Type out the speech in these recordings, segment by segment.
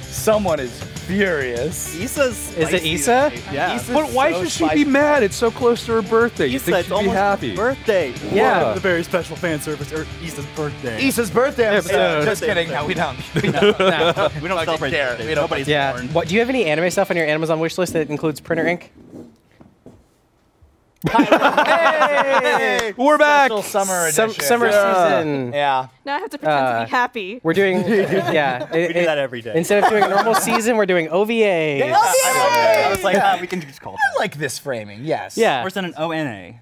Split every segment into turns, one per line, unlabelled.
Someone is furious.
Isa's.
Is it
spicy
Issa?
today.
Yeah.
Isa's
But
But why
so
should she
spicy.
be mad? It's so close to her birthday. You
Issa,
think
it's
she'd be
almost her
happy?
birthday.
Yeah.
The very special fan service, or Issa's birthday.
Issa's birthday
uh,
episode.
Episode.
Just kidding. No, we don't. We don't, we don't fucking
celebrate
care.
birthdays.
We don't
Nobody's-
Yeah.
Born.
What, do you have any anime stuff on your Amazon wish list that includes printer ink? hey, we're back.
Special summer
Sum-
edition.
summer
Yeah.
season.
Yeah.
Now I have to pretend
Uh,
to be happy.
We're doing yeah. We
do that every day.
Instead of doing a normal season, we're doing OVAs.
I love that. I was like, ah, we can just call
I like this framing. Yes.
Yeah.
We're sending ONA.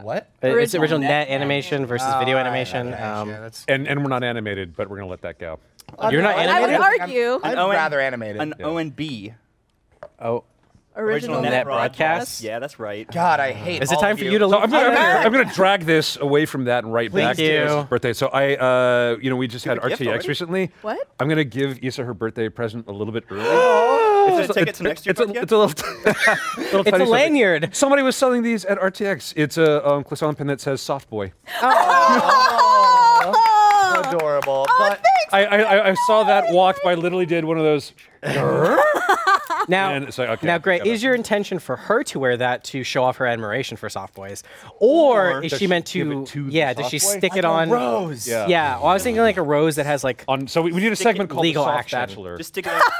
What?
It's
Original
original
net
net animation versus video animation. Um,
yeah, that's, Oh,
And and we're not animated, but we're gonna let that go.
you're not
I would
animated.
argue
I'd
Owen-
rather animated.
An ONB.
Oh,
original,
net
net
broadcast?
broadcast.
Yeah, that's right.
God, I hate.
is it
all
time
of
for you to
So
look?
I'm gonna, I'm,
at
gonna,
it?
I'm gonna drag this away from that and right back
Please
to
do.
his birthday. So I, uh, you know, we just had
a gift
RTX
already?
recently.
What?
I'm gonna give Issa her birthday present a little bit early.
Oh.
It's a ticket to next year's
it's, a,
podcast?
it's a little, little
It's
tiny
a
something.
lanyard.
Somebody was selling these at RTX. It's a um, Clisson pin that says "Soft Boy."
you. Adorable. but
I, I, I- I saw that walked by. Literally did one of those.
Now,
And it's like, okay,
now, Greg,
got it.
is your intention for her to wear that to show off her admiration for soft boys, or,
Or
is
does
she meant
she give
to?
it to the
yeah, does
soft
she
boy?
stick
Like
it
a
on?
rose.
Yeah.
Yeah, well, I was thinking like a rose that has like.
On, so we, we need a
Stick it-
segment called
legal
the "Soft
action.
Bachelor."
Just stick it.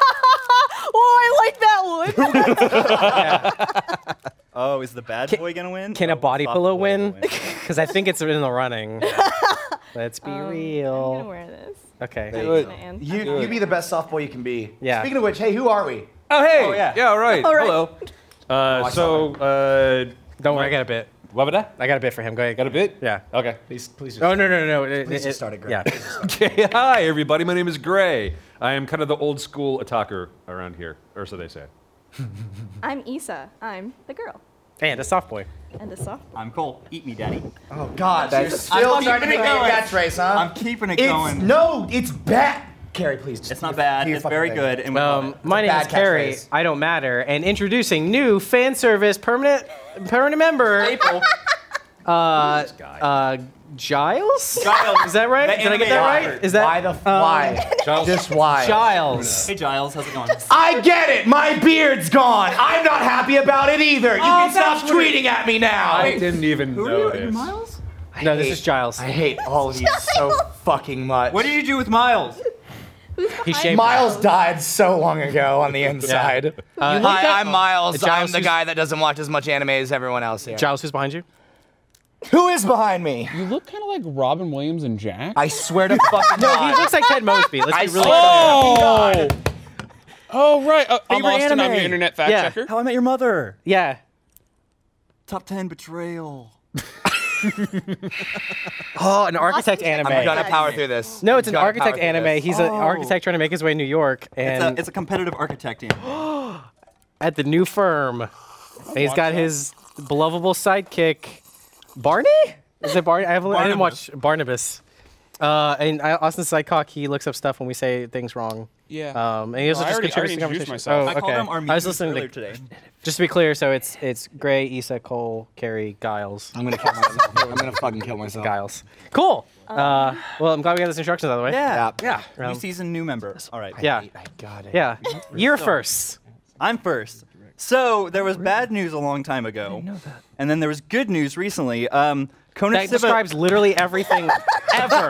Oh, I like that one.
Oh, is the bad boy gonna win?
Can a
Oh,
body
soft
pillow
boy
win?
will
Because I think it's in the running. Let's be
Um, I'm gonna
real.
wear this.
Okay.
Man.
You, you be the best soft boy you can be.
Yeah.
Speaking of which, hey, who are we?
oh hey,
yeah.
all right.
All right.
Hello. Uh, so, uh,
Don't worry, I got a bit.
what was that?
I got a bit for him. Go ahead.
Got a bit?
Yeah.
Okay. Please, please.
Oh no no no no! It,
just start it, Greg.
Yeah.
Okay, hi everybody. My name is Gray. I am kind of the old school attacker around here, or so they say.
I'm Issa. I'm the girl.
and a soft boy.
And the soft.
I'm Cole. Eat me, daddy.
Oh God, that's still
I'm
trying to
keeping
make
it
that
going.
catchphrase, huh?
I'm keeping it
it's,
going.
No, it's bad. Carrie, please. Just
It's not bad.
do your
It's
fucking
very
thing.
good. And we love
Um,
it.
my
a
name is
bad
Carrie.
catchphrase.
I don't matter. And introducing new fan service permanent permanent member April. Uh, uh, Giles.
Giles.
Is that right?
The
Did I get that
anime
right?
actor.
Is that
why the f
um,
why?
Giles-
Just why?
Giles.
Hey Giles, how's it
Um,
going?
I get it. My beard's gone. I'm not happy about it either. You can
Oh,
Oh,
stop tweeting at me now.
I didn't even know this.
I
No, this
hate-
is Giles.
I hate all of you so fucking much.
What do you do with Miles?
He shaved.
Miles died so long ago on the inside.
Uh,
Hi, I'm Miles.
Giles
I'm the
who's-
guy that doesn't watch as much anime as everyone else here.
Giles, who's behind you?
Who is behind me?
You look kind of like Robin Williams and Jack.
I swear to fucking
No, he
God.
looks like Ted Mosby. Let's
I
be really.
oh! Oh right, uh, I'm
Favorite
Austin. I'm
anime.
the internet fact
Yeah.
checker.
How I Met Your Mother.
Yeah.
Top ten betrayal.
Oh, an architect
Austin-
anime. Oh.
I'm gonna
Hey.
power through this.
No, it's an
Gonna power
architect
through
anime.
this.
He's an architect trying to make his way to New York,
It's
and
a, it's a competitive architect anime.
at the new firm, he's got his belovable sidekick, Barney. Is it Barney? I, haven't, I didn't watch Barnabas. Uh, and I, Austin's sidecock, he looks up stuff when we say things wrong.
Yeah.
Um, and he also
I
just
already- I
contributes to
already introduced
conversation.
myself.
Oh,
I
okay.
called him our
I was
muse
listening
earlier
to.
today.
Just to be clear, so it's it's Gray, Issa, Cole, Carrie, Giles,
I'm gonna kill myself. I'm gonna fucking kill myself.
Giles. Cool. Uh, well, I'm glad we got this instructions out of the way.
Yeah.
Yeah. Um,
New season, new member. All right.
Yeah.
I, I got it.
Yeah. Year first.
I'm first. So there was bad news a long time ago, and then there was good news recently. Um, Conan
That
Siva-
describes literally everything ever.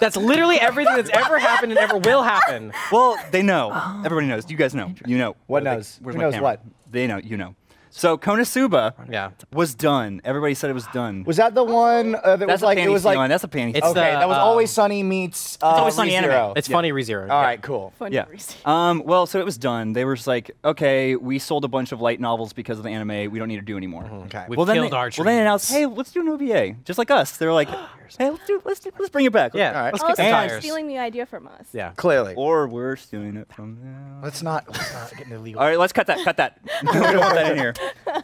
That's literally everything that's ever happened and ever will happen.
Well, they know. Everybody knows. You guys know. You know.
What
Where's my-
knows?
where's
Who
my
knows
camera?
what?
They know. You know. So Konosuba
Yeah.
was done. Everybody said it was done.
Was that the one uh, that
That's
was like
a panty
it was
scene
like
line. That's a panty.
It's
scene.
okay?
the,
that was
um,
Always Sunny meets. Uh,
Always Sunny anime.
ReZero.
It's funny, ReZero.
All right, cool.
Fun
Yeah.
reason.
Um, well, so it was done. They were just like, okay, we sold a bunch of light novels because of the anime. We don't need to do anymore.
Okay.
We've
well, then
killed
they,
our
well, they
dreams.
announced, hey, let's do an OVA, just like us. They're like, hey, let's do, let's do, let's bring it back.
Yeah.
All right.
Let's
Oh,
kick
so
the
they're
tires.
stealing the idea from us.
Yeah.
Clearly,
Or we're stealing it from them.
let's not let's not get into legal.
All right, let's cut that. Cut that. we don't want that in here.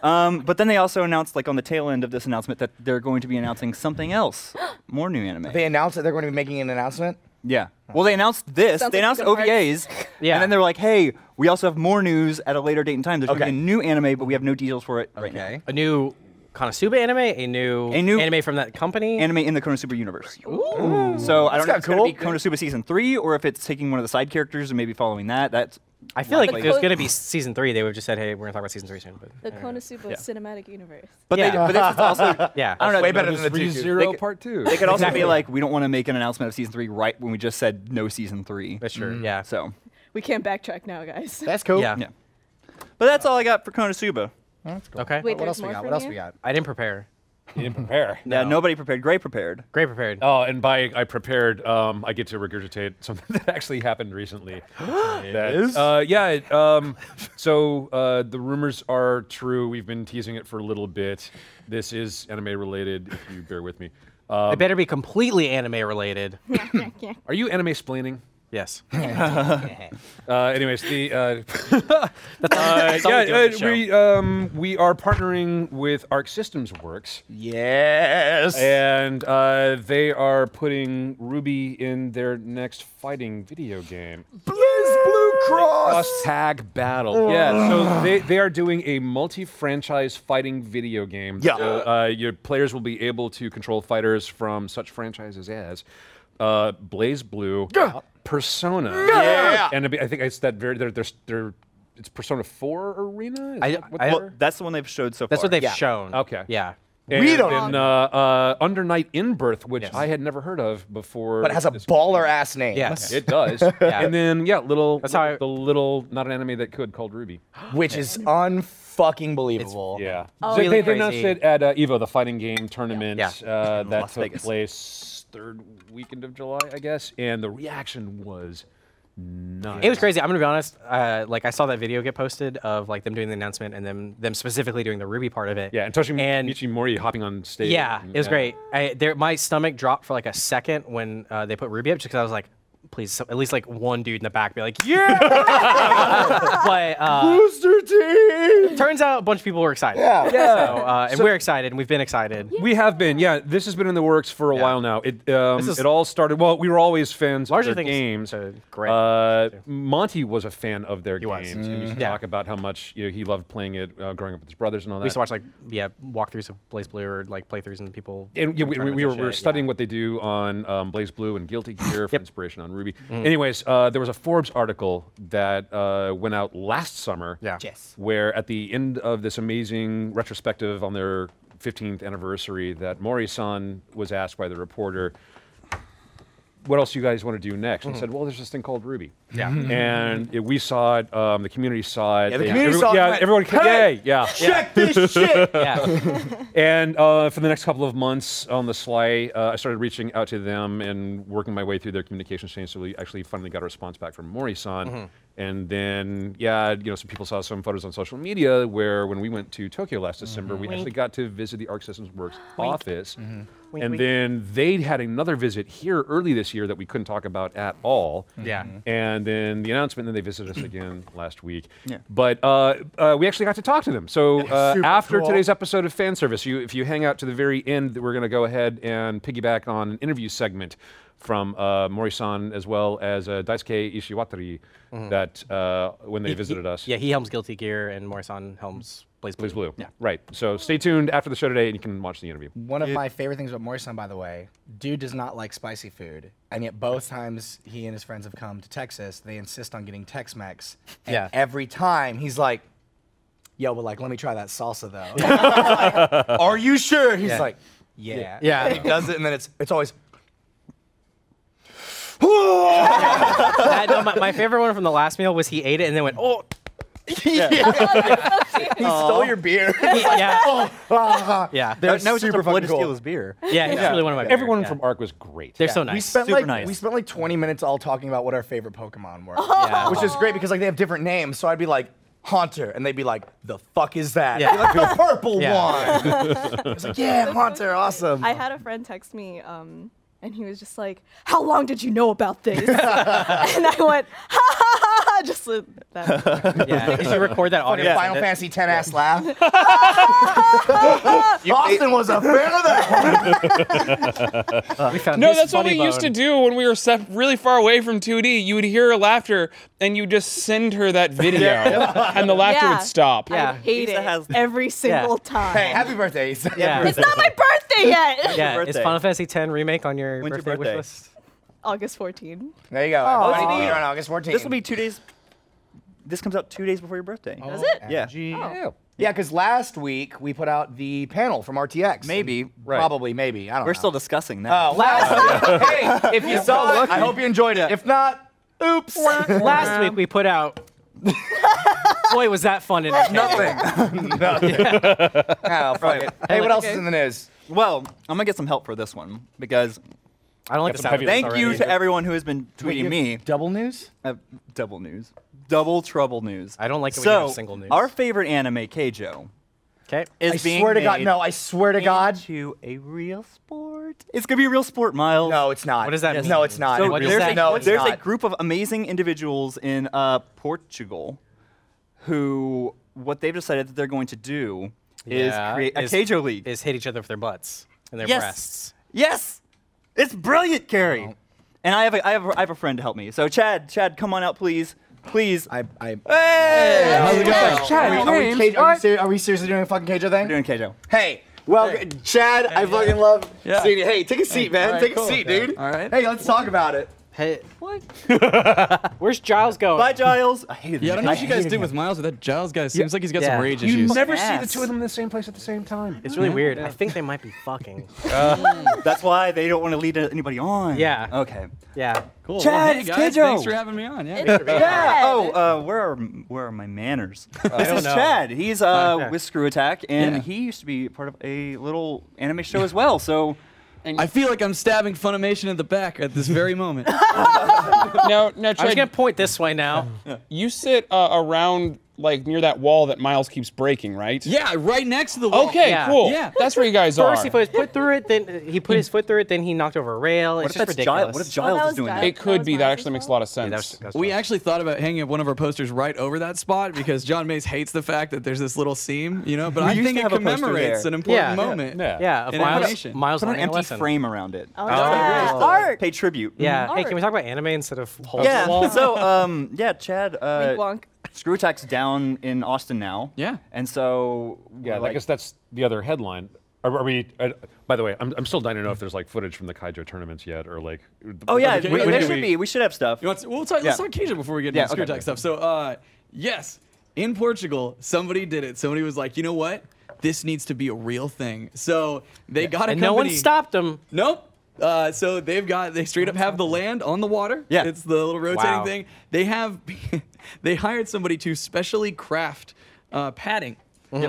Um, but then they also announced, like on the tail end of this announcement, that they're going to be announcing something else, more new anime.
They announced that they're going to be making an announcement.
yeah. Well, they announced this.
Sounds
they
like
announced
a good mark.
OVAs.
Yeah.
And then they're like, hey, we also have more news at a later date and time. There's going
Okay.
to be a new anime, but we have no details for it right now.
A new Konosuba anime, a new,
A new-
anime from that company.
anime in the Konosuba universe. So I don't know
kinda
if it's going to be
cool.
Konosuba season three or if it's taking one of the side characters and maybe following that. That's
I feel like
Like-
if it was gonna be season three, they would have just said, "Hey, we're gonna talk about season three soon." But
The
I don't know.
Konosuba Cinematic Universe.
but they,
Yeah.
but this is also
yeah,
I don't know.
Way
but
better
it
than the
Three
two.
zero
could-
part two.
They could also be like, we don't want to make an announcement of season three right when we just said no season three.
that's true.
Mm.
Yeah,
So,
We can't backtrack now, guys.
That's cool.
yeah.
yeah. But that's all I got for Konosuba.
Okay.
Wait,
What
there's
else we
more
got?
from
What else
you?
we got?
I didn't prepare.
you didn't prepare.
Yeah, nobody prepared. Gray prepared.
Great prepared.
Oh, and by I prepared, um, I get to regurgitate something that actually happened recently. that
is?
Uh, yeah. it, Um, so uh, the rumors are true. We've been teasing it for a little bit. This is anime related. If you bear with me.
It
Um,
better be completely anime related.
are you anime splaining?
yes.
Uh, anyways, the uh, uh,
all we do on
yeah,
the
uh,
show.
we um, we are partnering with Arc Systems Works.
Yes.
And uh, they are putting Ruby in their next fighting video game.
Blue Cross. Oh.
Cross tag battle. Yeah, so they, they are doing a multi franchise fighting video game.
Yeah.
So, uh, your players will be able to control fighters from such franchises as uh, Blaze Blue, Persona.
Yeah.
And it'd be- I think it's that very, they're, they're, they're, it's Persona 4 Arena? Is
I-
that what
I-
they
Well,
are?
that's the one they've showed so
Hmm, That's
far.
what they've
Yeah.
shown.
Okay.
Yeah.
We
And
don't-
then, uh, uh, Under Night in Birth, which
Yes.
I had never heard of before.
But it has a
this-
baller ass name.
Yes.
It does. And then yeah, little
That's how I-
the little not an anime that could called Ruby.
Which is unfucking believable.
Yeah.
Oh,
they,
really
they announced
crazy.
it at uh, Evo, the fighting game tournament
Yeah.
Uh, that
Las
took
Vegas.
place third weekend of July, I guess, and the reaction was nuts.
It was crazy. I'm gonna be honest. Uh, like I saw that video get posted of like them doing the announcement and them them specifically doing the Ruby part of it.
Yeah, and Toshi
And-
Michimori hopping on stage.
Yeah,
and-
it was great. I, there, my stomach dropped for like a second when uh, they put Ruby up, just because I was like, please, so, at least like one dude in the back be like, yeah. but uh, turns out a bunch of people were excited. Yeah, So, uh, and we're excited, and we've been excited.
We have been, yeah. This has been in the works for a while now. It um,
This is-
it all started. Well, we were always fans
Larger
of their games.
things to great
Uh,
games, too.
Monty was a fan of their
was. Mm-hmm.
games. He used to
Yeah.
talk about how much you know, he loved playing it uh, growing up with his brothers and all that.
We used to watch like yeah walkthroughs of Blaze Blue or like playthroughs and people.
and yeah, we, we,
tournaments
we
and
were, we were
shit,
studying
yeah.
what they do on um, Blaze Blue and Guilty Gear for inspiration on Ruby.
Mm-hmm.
Anyways, uh, there was a Forbes article that uh, went out last summer.
Yeah.
Yes.
Where at the end of this amazing retrospective on their 15th anniversary, that Mori-san was asked by the reporter, "What else you guys want to do next?"
Mm-hmm.
And said, "Well, there's this thing called Ruby."
Yeah.
and it, we saw it. Um, the community saw
Mm-hmm.
it.
Yeah, the
they-
community saw it
Yeah,
and went,
everyone. ca-
"Hey!"
Yay! Yeah.
Check this shit.
Yeah.
And uh, for the next couple of months on the sly, uh, I started reaching out to them and working my way through their communications chain. So we actually finally got a response back from Mori-san.
Mm-hmm.
And then, yeah, you know, some people saw some photos on social media where when we went to Tokyo last
Mm-hmm.
December, we actually got to visit the Arc Systems Works office.
Wink,
and
wink.
then they had another visit here early this year that we couldn't talk about at all.
Yeah.
And then the announcement, then they visited us again last week.
Yeah.
But uh, uh, we actually got to talk to them. So uh,
Super
after
cool.
today's episode of fan service, you, if you hang out to the very end, we're going to go ahead and piggyback on an interview segment from uh, Mori-san as well as uh, Daisuke Ishiwatari that uh, when they
Mm-hmm. He-
visited
he-
us.
Yeah, he helms Guilty Gear, and Morrison helms Blaze Blue.
Blaze Blue. Yeah. Right. So stay tuned after the show today and you can watch the interview.
One of my favorite things about Morrison, by the way, dude does not like spicy food, and yet both times he and his friends have come to Texas, they insist on getting Tex-Mex. And
Yeah.
Every time he's like, "Yo, but like, let me try that salsa though."
Are you sure?
He's
He's
like, "Yeah."
Yeah.
He does it, and then it's it's always
That- no, my, my favorite one from the last meal was he ate it and then went, oh,
he stole your beer.
"Oh,
yeah,
Ah.
yeah.
Now-
They're,
now it's just a
super
blood
fucking
to steal
cool.
his beer.
yeah, he's really one of my. favorite,
Everyone
yeah.
from ARC was great.
They're so
Yeah.
nice.
We spent
Super
like
nice.
we spent like 20 minutes all talking about what our favorite Pokemon were,
Oh.
Yeah.
which is great because like they have different names. So I'd be like Haunter, and they'd be like, "The fuck is that?"
Yeah.
I'd be like, the purple
Yeah.
one. it's like, yeah, Haunter, awesome.
I had a friend text me, um, and he was just like, "How long did you know about this?" and I went, "Ha ha ha!" ha," Just like that.
Yeah, if you record that audio,
Final
send it-
Fantasy 10 ass laugh.
You-
Austin was a fan of that.
We found
No,
this
that's what we
funny
used to
bone.
do when we were sep- really far away from 2D. You would hear her laughter, and you just send her that video, and the laughter
Yeah.
would stop.
Yeah.
I hate
Lisa
it
has-
every single time.
Hey, happy birthday. Ethan.
Yeah.
it's not my birthday yet.
yeah,
your
it's
birthday?
Final Fantasy X remake on your
When's your
birthday,
birthday?
wish list.
August 14th.
There you go.
Oh,
Everybody
that's
be
neat.
here on August 14th.
This will be two days. This comes out two days before your birthday.
Does it? Oh.
Yeah.
Yeah, because last week we put out the panel from RTX.
Maybe.
Right. Probably, maybe. I don't know.
We're still discussing that.
Oh, last week. Hey, if you saw it, I hope you enjoyed it. If not, oops.
Last week we put out. Boy, was that fun! And
Nothing. Nothing. Oh, fuck it. Hey, what else is in the news?
Well, I'm gonna get some help for this one because
I don't like the
some
sound. of
heavy
this
thank you
already.
to everyone who has been tweeting me.
Double news?
Uh, double news, double trouble news.
I don't like it when you
so,
have single news.
Our favorite anime, Keijo,
Okay.
is
I
being
swear to God.
made
No, I swear to God.
into a real sport. It's gonna be a real sport, Miles.
No, it's not.
What does that
No,
mean?
it's not.
So
What does
there's,
that
a,
no, it's
there's a
not.
group of amazing individuals in uh, Portugal who what they've decided that they're going to do
Yeah,
is create a
is-
Keijo league.
Is hit each other with their butts and their
Yes.
breasts.
Yes, it's brilliant, Carrie. And I have a I have a, I have a friend to help me. So Chad, Chad, come on out, please, please.
I. I
hey,
Are we, are, we, Cage- are, we seri- are we seriously doing a fucking Cage thing?
we're doing Keijo.
Hey, well, Chad, I fucking love
Yeah.
seeing you. Hey, take a seat, man. take a seat, dude.
All right.
Hey, let's talk about it.
Hey. What? Where's Giles going?
Bye, Giles. I hated
Yeah, I
it.
don't know what you guys did with Miles, but that Giles guy seems like he's got
Yeah.
some rage
You
issues.
never see the
Yes.
two of them in the same place at the same time.
It's really weird. I think they might be fucking.
Uh, That's why they don't want to lead anybody on.
Yeah.
Okay.
Yeah.
Cool.
Chad,
well, hey,
it's
guys,
Keijo.
Thanks for having me on. Yeah.
Yeah. Oh, uh, where are where are my manners? this is
know.
Chad. He's uh,
yeah.
with Screw Attack, and
Yeah.
he used to be part of a little anime show as well. So
I feel like I'm stabbing Funimation in the back at this very moment.
No, no,
I'm
Chad,
just gonna point this way now.
you sit uh, around like near that wall that Miles keeps breaking, right?
yeah, right next to the wall.
Okay,
Yeah.
cool.
Yeah.
That's where you guys are.
First he put his foot through it, then he put his foot through it, then he knocked over a rail.
what
it's
if
just
that's Giles?
ridiculous.
What if
Oh,
Giles
that
is
was
doing
bad.
that?
it could
was
be. That
Miles'
actually makes a
fault?
lot of sense.
Yeah, that was- that was
We
Giles.
actually thought about hanging up one of our posters right over that spot because John Mace hates the fact that there's this little seam, you know. But I
used
think
to
it
have a poster
commemorates
there.
an important
Yeah.
moment.
Yeah.
Yeah, of
In
Miles,
animation.
Miles
Put an
learning a
empty
lesson.
frame around it.
Oh, yeah. Art.
Pay tribute.
Yeah. Hey,
Art. uh,
can we talk about anime instead of holes in the
Yeah.
wall?
So, um, yeah, Chad.
Wink
Uh,
wonk.
Screw Attack's down in Austin now.
Yeah.
And so,
Yeah, I
like,
guess that's the other headline. Are, are we? Uh, by the way, I'm, I'm still dying to know if there's like footage from the Kaijo tournaments yet, or like.
oh yeah,
Okay,
we,
okay.
there
Wait,
should be. We should have stuff.
You want to, we'll talk, let's
Yeah.
talk Cajun before we get into
Yeah,
the screw
okay.
attack stuff. So, uh, yes, in Portugal, somebody did it. Somebody was like, you know what? This needs to be a real thing. So they got a
and
company.
no one stopped him.
Nope. Uh, so they've got they straight up have the land on the water.
Yeah.
it's the little rotating
Wow.
thing. They have they hired somebody to specially craft uh, padding.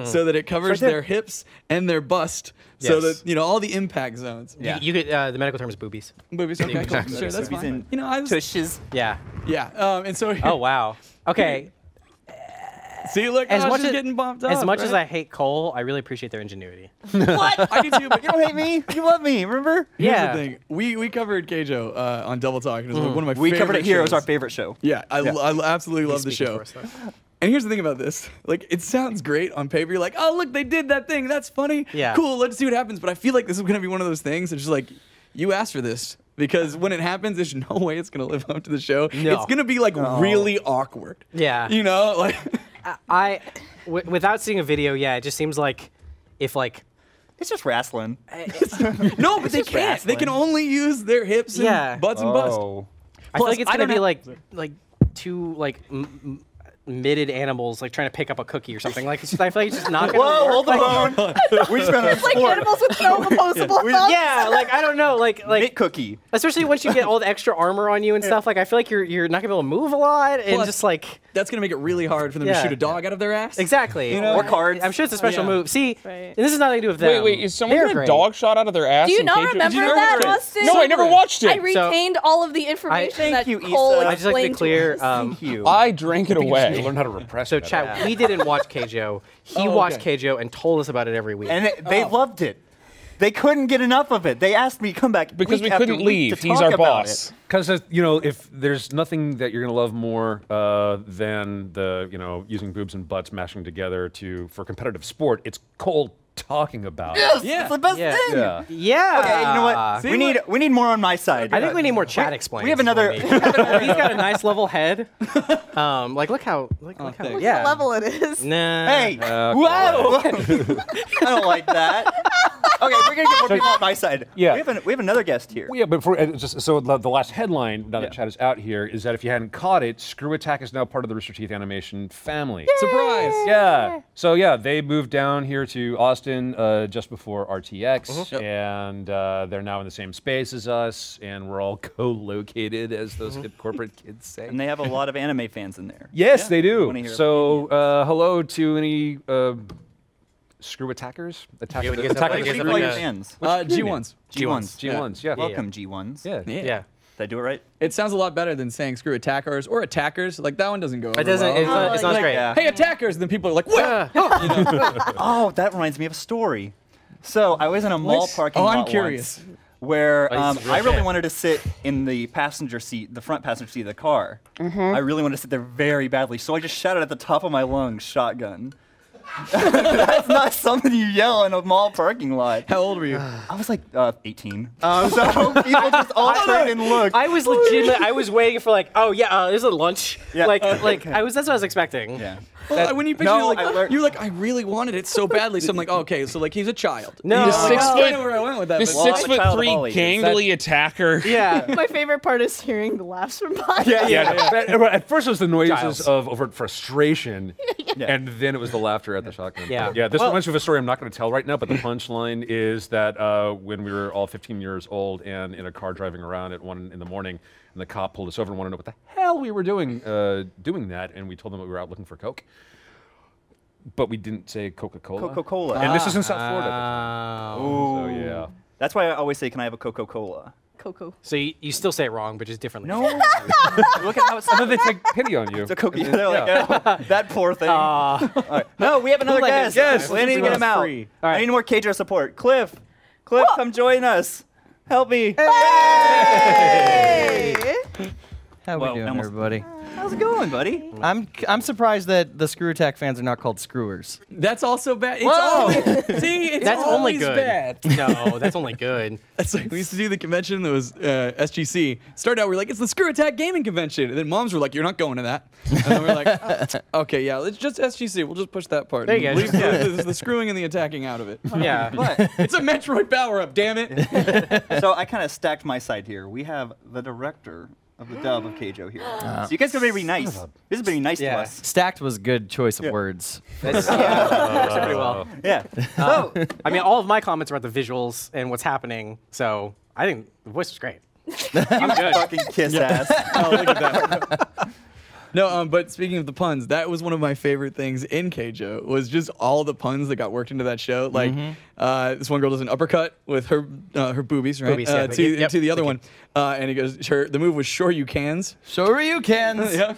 So that it covers
Mm-hmm. there.
their hips and their bust, so
Yes.
that you know all the impact zones.
Yeah. You, could. Uh, the medical term is boobies.
Boobies, okay, cool. sure, that's
Boobies
fine.
and
You know, I was,
Tushes.
Yeah.
yeah, um, and so
Oh wow. Okay.
see, look,
As
oh,
much
she's
as
getting bumped up.
as much as
right?
I hate Cole, I really appreciate their ingenuity.
I do too, but you know,
Don't hate me. You love me. Remember?
here's
yeah.
the thing. We we covered Keijo uh, on Double Talk. It was like one of my
We
favorite
covered it here. It
shows.
was our favorite show.
Yeah, I, I absolutely love the
Speaking
show.
for us, though.
And here's the thing about this. Like, it sounds great on paper. You're like, oh, look, they did that thing. That's funny.
Yeah.
Cool. Let's see what happens. But I feel like this is going to be one of those things. It's just like, you asked for this. Because when it happens, there's no way it's going to live up to the show.
No.
It's going to be, like, really awkward.
Yeah.
You know? Like,
I, w- without seeing a video, yeah, it just seems like if like
It's just wrestling.
no, but they can't. They can only use their hips and
Yeah.
butts and busts.
Oh.
Oh. I feel
Plus,
like it's
I
gonna
don't
be
have-
like like two like m- m- mitted animals like trying to pick up a cookie or something. Like it's just, I feel like it's just not gonna
Whoa,
work.
hold the
Like,
phone. we just
It's like animals with no opposable thumbs.
Yeah, like I don't know, like like
Bit cookie.
especially once you get all the extra armor on you and stuff. Like I feel like you're you're not gonna be able to move a lot and
Plus-
just like
That's going to make it really hard for them to
Yeah.
shoot a dog out of their ass.
exactly
know- Or cards.
I'm sure it's a special
Yeah.
move. See,
Right.
and this is nothing to do with
Wait,
them.
wait, is someone
They're
getting a
great.
dog shot out of their ass?
Do you
in
not
Cajun-
remember
Did you
that,
remember it?
Austin?
No, I never watched
I
it.
So-
retained all of the information
Thank
that
you,
Cole
Issa.
I just like to
explained
clear.
us.
Um,
you.
I drank it
You learn
away.
how to repress.
so
better.
chat, we didn't watch Keijo. He
Oh,
watched
okay.
Keijo and told us about it every week.
and they, they loved it. They couldn't get enough of it. They asked me to come back
Because
week
we
after
couldn't
week
leave.
to
He's
talk
our
about
boss.
it.
Because uh, you know, if there's nothing that you're gonna love more uh, than the you know using boobs and butts mashing together to for competitive sport, it's cold talking about?
Yeah.
It's the best
Yeah.
thing.
Yeah.
Yeah.
Okay, you know what? we need we need more on my side.
I think we need more chat explainers.
we have another-
He's got a nice level head. Um, like look how look, look how
thanks.
yeah.
What level it is.
Nah.
Hey,
Okay.
whoa! Uh, I don't like that. Okay, we're gonna get more people on my side.
Yeah.
we have, an, we have another guest here.
Well, yeah, but for, uh, just, so the, the last headline now that Chad is out here is that if you hadn't caught it, Screw Attack is now part of the Rooster Teeth animation family.
Surprise.
Yeah. So yeah, they moved down here to Austin uh, just before RTX,
Uh-huh.
Yep.
and uh, they're now in the same space as us, and we're all co-located, as those
Uh-huh.
hip corporate kids say.
And they have a lot of anime fans in there.
yes, they
wanna
do.
hear
So uh, hello to any uh, Screw Attackers, Attack-
would you guys have
Attack
like
of the
What do
a
Screw
you call
like
your
a-
Attackers.
fans?
Uh, G1s.
G1s.
G1s, yeah.
Welcome, G1s.
Yeah.
Yeah.
Yeah.
Did I do it right?
It sounds a lot better than saying screw attackers or attackers. Like that one doesn't go.
It doesn't. It's not, it's not
Like,
great.
yeah.
hey attackers, and then people are like, what?
Oh, that reminds me of a story. So I was in a mall parking
Oh,
lot
I'm
once
curious.
where um,
he's
I really
okay.
wanted to sit in the passenger seat, the front passenger seat of the car. I really wanted to sit there very badly, so I just shouted at the top of my lungs, "Shotgun." That's not something you yell in a mall parking lot.
How old were you?
I was like uh, 18. Um, so people just all turned and looked.
I was legitimate. I was waiting for like, oh yeah, uh, there's a lunch.
Yeah.
Like, like I was. That's what I was expecting.
yeah.
Well, when you picture
no,
you're like,
I learned-
you're like, I really wanted it so badly. So I'm like, okay, so like he's a child.
No.
You know,
He's
like,
six
I
foot-
don't know where I went with that.
This
but-
I'm a
six foot
child of
three
all ages.
gangly attacker.
Yeah.
My favorite part is hearing the laughs from behind.
Yeah, that- at- at first it was the noises
Giles.
of overt frustration,
Yeah.
and then it was the laughter at the shotgun.
Yeah.
yeah. This
Well-
reminds me of a story I'm not going to tell right now, but the punchline is that uh, when we were all 15 years old and in a car driving around at one in the morning, and the cop pulled us over and wanted to know what the hell we were doing uh, doing that, and we told them that we were out looking for coke, but we didn't say Coca-Cola.
Coca-Cola.
And this is in South Florida.
Ah.
at
Um,
the time, So yeah.
That's why I always say, "Can I have a Coca-Cola?"
Coco.
so you, you still say it wrong, but just differently.
No. Look at how it's.
But they take pity on you.
It's a cookie. They're like, "Oh, that poor thing. All right. No, we have another
Let him
guest.
survive.
Yes, we need to get him out.
free.
I need more KJR support. Cliff, Cliff, come join us. Help me.
Hey.
How
Well,
we doing,
almost-
everybody?
How's it going, buddy?
I'm I'm surprised that the Screw Attack fans are not called screwers.
That's also bad. It's
Whoa.
only- see, it's
That's only
always
good.
bad.
No, that's only good.
That's like we used to do the convention that was uh, SGC. Started out, we are like, it's the Screw Attack Gaming Convention, and then moms were like, you're not going to that. And then we're like, okay, yeah, let's just SGC. We'll just push that part.
There you
and
go.
Leave the, the, the screwing and the attacking out of it.
Yeah.
But
it's a Metroid power up, damn it.
so I kind of stacked my side here. We have the director of the dub of KJO here. so you guys gotta be really nice. This is being nice to
Yeah.
us.
Stacked was good choice of words.
That's, yeah. Works out pretty well. Um,
Yeah. So
Oh.
I mean, all of my comments are about the visuals and what's happening. So I think the voice was great.
you fucking kiss ass.
Oh, look at that. No, um, but speaking of the puns, that was one of my favorite things in Keijo was just all the puns that got worked into that show. Like
Mm-hmm.
uh, this one girl does an uppercut with her uh, her boobies, right?
Boobies, yeah,
uh,
thank
to,
you. Yep,
to the other
thank
one, uh, and he goes, her, "The move was sure you cans."
Sure you can.
yeah.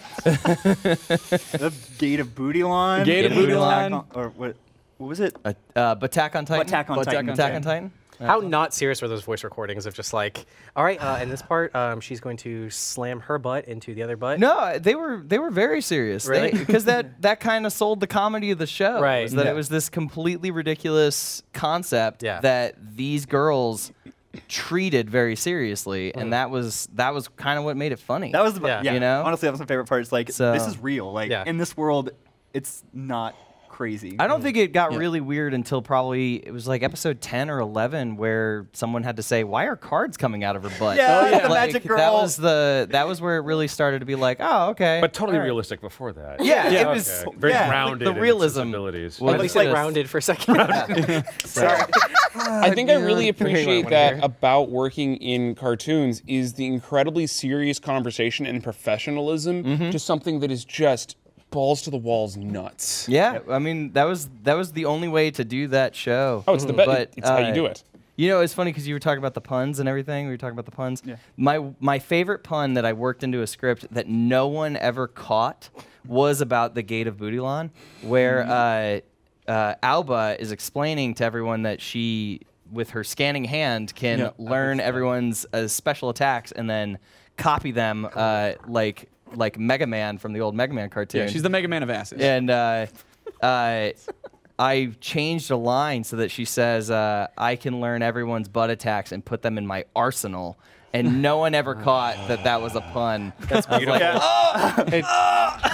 the gate of booty line.
Gate of Booty Line.
Or what? What was it?
Uh, uh, Attack on Titan.
Attack on
Attack
Titan.
Attack on Titan.
How not serious were those voice recordings of just like, all right, uh, in this part, um, she's going to slam her butt into the other butt.
No, they were they were very serious.
Really?
Because that that kind of sold the comedy of the show.
Right.
was that
Yeah.
it was this completely ridiculous concept
Yeah.
that these girls treated very seriously, and that was that was kind of what made it funny.
That was the
Yeah.
yeah.
You know?
honestly, that was my favorite part. It's like
So-
this is real. Like
Yeah.
in this world, it's not crazy.
I don't think it got really weird until probably it was like episode 10 or 11 where someone had to say, "Why are cards coming out of her butt?"
Yeah, Oh, yeah. the
Like,
magic
That
girl.
was the that was where it really started to be like, "Oh, okay."
But totally realistic before that.
yeah,
Okay.
it was
very
yeah, like
grounded.
the
in its
realism
sensibilities.
was
At least
like-
I rounded for a second.
I think I really appreciate
one
that
here.
about working in cartoons is the incredibly serious conversation and professionalism
Mm-hmm.
to something that is just balls to the walls nuts.
Yeah, I mean that was that was the only way to do that show.
Oh, it's
Mm.
the best.
But,
it's how you
uh,
do it.
You know, it's funny because you were talking about the puns and everything. We were talking about the puns. My my favorite pun that I worked into a script that no one ever caught was about the gate of Boudilon, where
Mm-hmm.
uh, uh, Alba is explaining to everyone that she, with her scanning hand, can
Yeah, I
learn everyone's uh, special attacks and then copy them uh, like like Mega Man from the old Mega Man cartoon.
Yeah, she's the Mega Man of asses.
And uh, uh, I changed a line so that she says, uh, "I can learn everyone's butt attacks and put them in my arsenal." And no one ever caught that that was a pun. That's "Oh!" beautiful.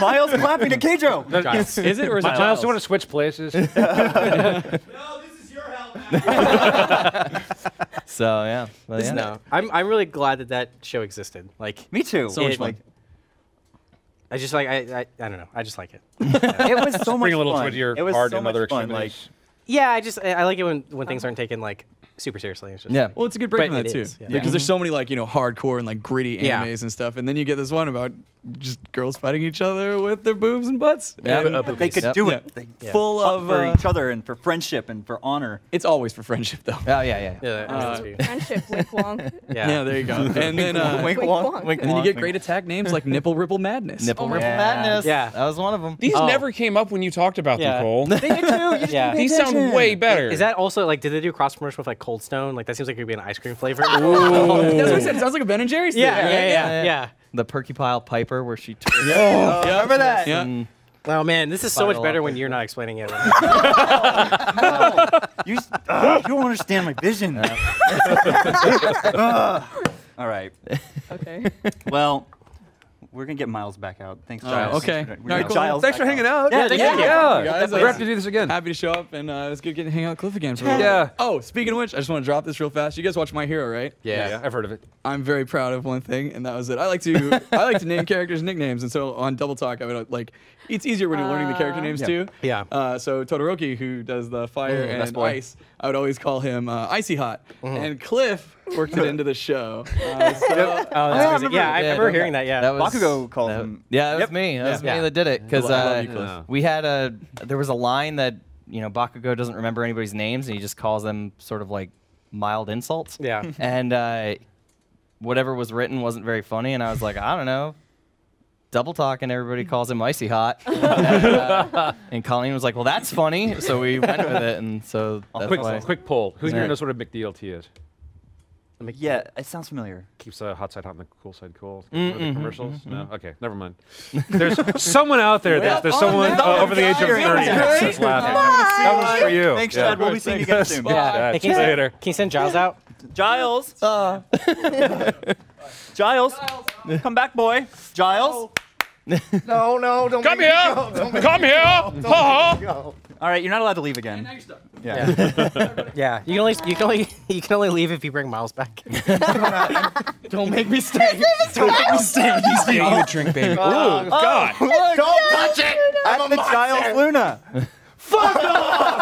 Miles clapping to Keijo.
Is it or is it Miles? Do you want to switch places?
so yeah. Well, yeah.
No, I'm, I'm really glad that that show existed. Like,
Me too.
so much fun. I just like I, I I don't know. I just like it.
It was so much
Bring a little
fun.
to your
it was
heart
so
and other
much fun. Like,
extremities.
yeah, I just I, I like it when when things aren't taken like super seriously. It's just,
Yeah.
Well, it's a good break
But
from that
it
too,
is, yeah.
because there's so many like you know hardcore and like gritty animes
Yeah.
and stuff, and then you get this one about just girls fighting each other with their boobs and butts.
Yeah.
And
Uh,
but they could
Yep.
do
Yeah.
it. They
Full
fought
of
for
uh,
each other and for friendship and for honor. Uh,
it's always for friendship though.
Oh yeah, yeah. yeah.
Yeah, that- that's for you.
Friendship, wink, wonk.
yeah.
Yeah, there you go. and then uh,
Wink,
Wink,
wonk.
wonk.
and then you get great attack names like Nipple Ripple Madness.
Nipple ripple
Oh, yeah.
madness.
Yeah.
that was one of them.
These
Oh.
never came up when you talked about
Yeah.
them, Cole.
Yeah.
These sound way better.
Is that also like did they do cross promotion with like Cold Stone? Like that seems like it would be an ice cream flavor.
That's what I said. It sounds like a Ben and Jerry's.
Yeah,
thing.
yeah, yeah, yeah,
The Perky Pile Piper, where she.
Remember that?
Yeah.
Mm.
Oh man, this is so much
Final
better
up
when you're not explaining it.
You, s- Ugh, you don't understand my vision. Ugh. All right.
Okay.
Well, we're gonna get Miles back out. Thanks, Giles.
Oh, okay.
We're
All
gonna
right,
get
cool.
Giles
Thanks for
back
hanging out.
Yeah, thank you.
Yeah.
Guys,
We're
uh,
happy to do this again.
Happy to show up, and uh, it was good getting to hang out with Cliff again for a
Yeah.
little
Yeah.
bit. Oh, speaking of which, I just want to drop this real fast. You guys watch My Hero, right?
Yeah, I've heard of it.
I'm very proud of one thing, and that was that I like to I like to name characters nicknames, and so on Double Talk, I would uh, like it's easier when you're learning the character names too.
Yeah.
Uh, so Todoroki, who does the fire
that's
and
boy.
ice, I would always call him uh, Icy Hot, and Cliff worked it into the show. Uh, so
Oh, that's crazy. yeah, I remember hearing that. Yeah,
That was,
Bakugo called
that-
him.
Yeah, that
Yep.
was me. That was
Yeah.
me that did it because
I love you,
Cliff.
uh, we had a there was a line that you know Bakugo doesn't remember anybody's names and he just calls them sort of like mild insults.
Yeah.
and uh, whatever was written wasn't very funny, and I was like, I don't know. Double talk and everybody calls him icy hot, and, uh, and Colleen was like, "Well, that's funny," so we went with it, and so that's
Quick,
why.
quick poll. Who here
Alright.
knows what a McDLT is?
Yeah, it sounds familiar.
keeps the hot side hot and the cool side cool.
Mm,
Remember
mm-hmm,
the commercials? No. Okay, never mind. There's someone out there. There's, there's someone uh, over the age of
That was
30
great.
that's laughing. That was for you.
Thanks,
Yeah.
Chad. We'll be seeing you again soon.
yeah.
Yeah,
Hey,
see
can, you
you
send,
later.
can you send Giles out?
Giles. Giles. Come back, boy. Giles.
No, no, don't make
Come
me
here!
go, don't make
Come here! Ha ha!
go.
All right, you're not allowed to leave again. Yeah.
Yeah, you can only you can only you can only leave if you bring Miles back.
Don't make me stay.
He's getting
Oh,
you a drink, baby. Ooh, God.
Don't touch it! I'm
At
a
the Giles
monster!
Luna.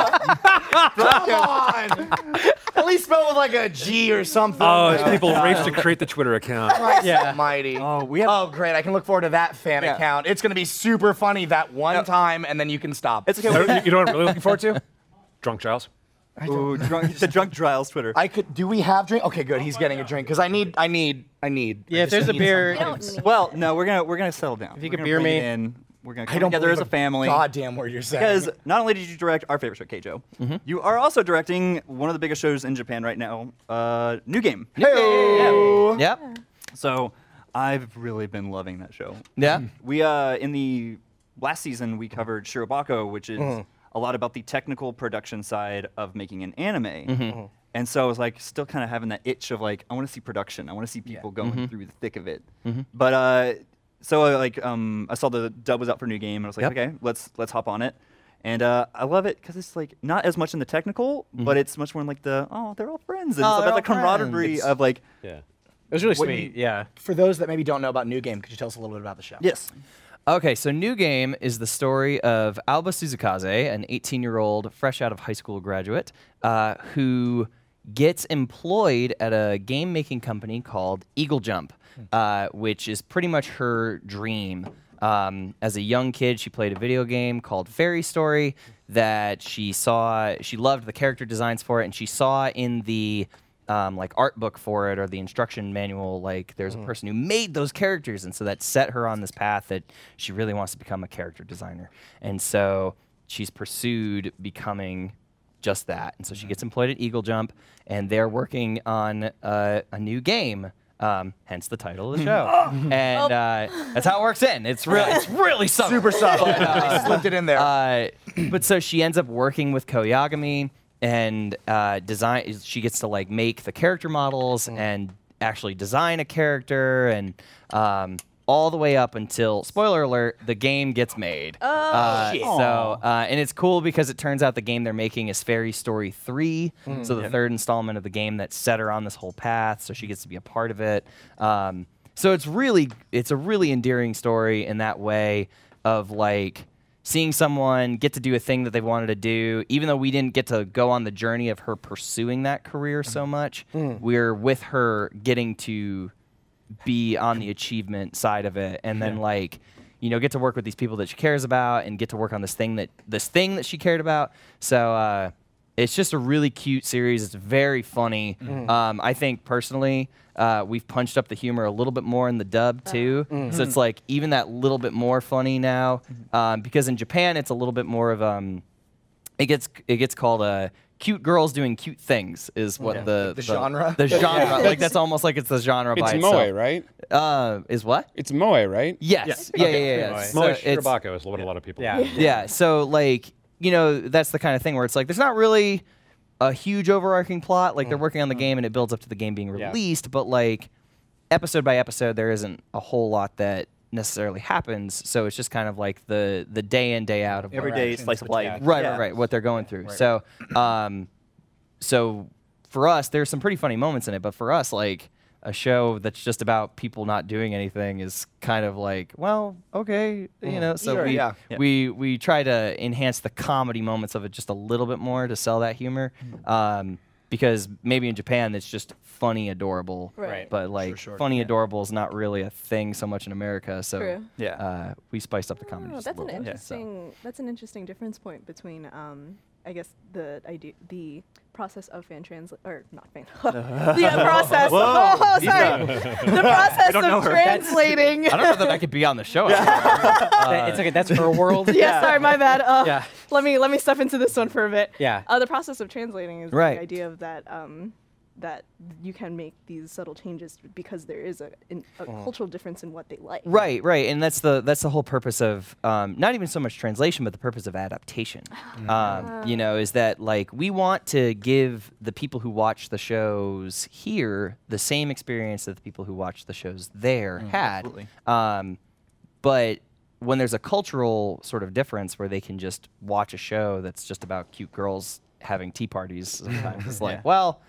Come on! At least spell with like a G or something.
Oh, it's people race to create the Twitter account.
Christ almighty.
Oh, we have-
Oh, great. I can look forward to that fan
Yeah.
account. It's going to be super funny that one time, and then you can stop.
It's okay.
You
we-
know- you know what I'm really looking forward to? Drunk Giles.
Ooh, drunk, the drunk Giles Twitter.
I could. Do we have drink? Okay, good. He's getting a drink because I need. I need. I need. I
Yeah,
just
if there's a
need
beer,
I don't need
well, no, we're gonna we're gonna settle down. If
you could beer me.
in, we're gonna
I
come
don't
together
believe
as a family.
Goddamn, word you're saying. Mm-hmm.
Because not only did you direct our favorite show, Keijo, you are also directing one of the biggest shows in Japan right now, uh, New Game.
Hey-o.
Yep.
So I've really been loving that show.
Yeah.
We uh, in the last season we covered Shirobako, which is
Mm-hmm.
a lot about the technical production side of making an anime.
Mm-hmm.
Mm-hmm.
And so I was like, still kind of having that itch of like, I want to see production. I want to see people going
Mm-hmm.
through the thick of it. But uh, so I, like, um, I saw the dub was out for new game, and I was like, okay, let's let's hop on it. And uh, I love it because it's like not as much in the technical, but it's much more in like the oh they're all friends and
Mm-hmm. Oh,
it's
they're
about the
all
camaraderie
friends.
of like
Yeah. It
was really
What
sweet.
you-
yeah,
For those that maybe don't know about New Game, could you tell us a little bit about the show?
yes
Okay, so New Game is the story of Alba Suzukaze, an 18 year old fresh out of high school graduate, uh, who gets employed at a game making company called Eagle Jump, uh, which is pretty much her dream. Um, as a young kid, she played a video game called Fairy Story that she saw, she loved the character designs for it, and she saw in the um, like art book for it or the instruction manual. Like there's a person who made those characters, and so that set her on this path that she really wants to become a character designer. And so she's pursued becoming just that. And so she gets employed at Eagle Jump, and they're working on uh, a new game Um, hence the title of the show, and uh, that's how it works. In it's real, it's really something.
Super subtle. I slipped it in there.
Uh, but so she ends up working with Koyagami and uh, design. She gets to like make the character models and actually design a character and um, all the way up until spoiler alert: the game gets made. Oh, uh, so uh, and it's cool because it turns out the game they're making is Fairy Story three, so the third installment of the game that set her on this whole path. So she gets to be a part of it. Um, so it's really it's a really endearing story in that way of like seeing someone get to do a thing that they wanted to do, even though we didn't get to go on the journey of her pursuing that career so much, we're with her getting to be on the achievement side of it and then like you know get to work with these people that she cares about and get to work on this thing that this thing that she cared about so uh it's just a really cute series. It's very funny. Um, I think personally, uh, we've punched up the humor a little bit more in the dub too. So it's like even that little bit more funny now, um, because in Japan it's a little bit more of um, it gets it gets called uh, cute girls doing cute things is what the,
the genre?
the genre like that's almost like it's the genre
It's
by
moe,
itself.
right?
Uh, is what?
It's moe, right?
Yes. Yeah, yeah, yeah. yeah,
Moe
So it's-
Shirabako is what a lot of people.
Yeah.
yeah. So like, you know, that's the kind of thing where it's like there's not really a huge overarching plot. Like they're
Mm-hmm.
working on the game and it builds up to the game being released, but like episode by episode there isn't a whole lot that necessarily happens. So it's just kind of like the the day in, day out of
Every
what-
day slice of life.
Right,
Yeah.
right, right. What they're going through. So um so for us, there's some pretty funny moments in it, but for us, like a show that's just about people not doing anything is kind of like, well, okay, you
Mm-hmm.
know. So
Sure,
we
yeah.
Mm. we we try to enhance the comedy moments of it just a little bit more to sell that humor,
Mm-hmm.
um, because maybe in Japan it's just funny, adorable,
Right.
But like funny, adorable is not really a thing so much in America. So
True.
Yeah.
uh, we spiced up the comedy.
Oh,
just a
that's an
little bit, so.
interesting. That's an interesting difference point between, um, I guess, the idea, the process of fan translate, or not fan, the uh, process. Oh, sorry, the process
don't know
of
her.
translating.
I don't know that I could be on the show. Yeah. Uh,
it's okay. That's her world.
yeah, sorry, my bad. Uh,
Yeah.
Let me let me step into this one for a bit.
Yeah.
Uh, the process of translating is
Right.
the idea of that um, that you can make these subtle changes because there is a, an, a cultural difference in what they like.
Right, right, and that's the that's the whole purpose of um, not even so much translation, but the purpose of adaptation. Um, you know, is that like we want to give the people who watch the shows here the same experience that the people who watch the shows there
Mm,
had. Um, but when there's a cultural sort of difference where they can just watch a show that's just about cute girls having tea parties, sometimes it's like, well,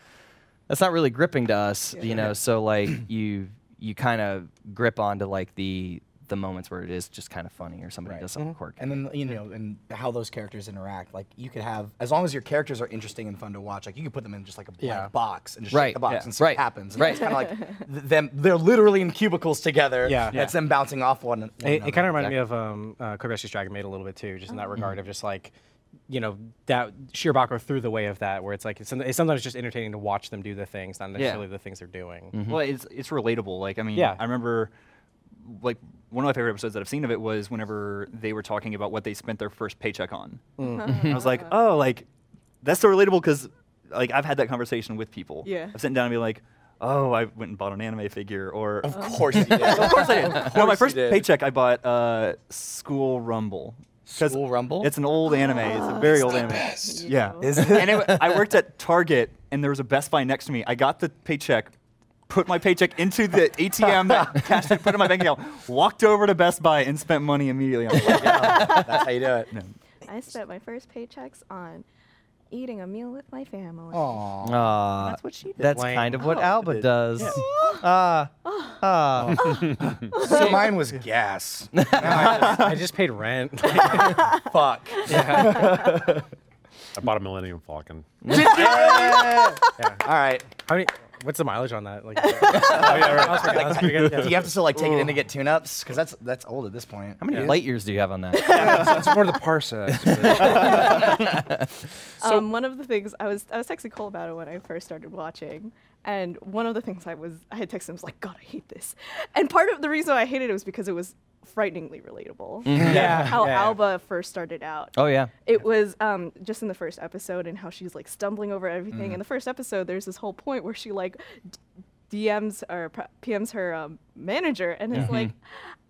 that's not really gripping to us, you know. So like you you kind of grip onto like the the moments where it is just kind of funny or somebody does something quirky.
and then you know, and how those characters interact. Like you could have, as long as your characters are interesting and fun to watch. Like you could put them in just like a blank
Yeah.
box and just
Right,
shake the box
yeah.
and see
Right,
what happens. And
right.
It's kind of like th- them. They're literally in cubicles together.
Yeah.
That's them bouncing off one. one
It, it kind of
another.
reminded me of um, uh, Kobayashi's Dragon Maid a little bit too, just in
Mm-hmm.
that regard of just like, you know, that Shirabako through the way of that, where it's like it's, some- it's sometimes just entertaining to watch them do the things, not necessarily the things they're doing.
Well, it's it's relatable. Like I mean,
Yeah.
I remember like one of my favorite episodes that I've seen of it was whenever they were talking about what they spent their first paycheck on. I was like, oh, like that's so relatable because like I've had that conversation with people.
Yeah.
I've sat down and be like. Oh, I went and bought an anime figure, or of
Of course. you did.
course I did. No, my first paycheck, I bought uh, School Rumble. 'Cause
School Rumble?
It's an old anime. It's a very old anime.
You
Yeah.
know?
and it, I worked at Target, and there was a Best Buy next to me. I got the paycheck, put my paycheck into the ATM that cashed it, put it in my bank account, walked over to Best Buy, and spent money immediately. I was like, yeah.
That's how you do it.
I spent my first paychecks on eating a meal with my family.
Aw,
That's what she did.
Uh, that's
Lame.
kind of what Alba
did.
does. Ah, ah.
So mine was gas.
I just paid rent.
Fuck.
I bought a Millennium Falcon.
All right.
How many? What's the mileage on that? Like, oh, yeah, right. I was forgetting- I was forgetting, yeah.
Do you have to still like take it in to get tune-ups? Because that's that's old at this point.
How many light years do you have on that?
That's more the parsecs.
um, one of the things I was I was texting Cole about it when I first started watching, and one of the things I was I had texted him was like, God, I hate this, and part of the reason why I hated it was because it was frighteningly relatable.
Yeah,
How
yeah.
Alba first started out.
Mm-hmm. oh yeah.
It was um, just in the
Mm-hmm.
first episode and how she's like stumbling over everything. In the first episode, there's this whole point where she like d- DMs or pr- PMs her um, manager and
Mm-hmm.
is like,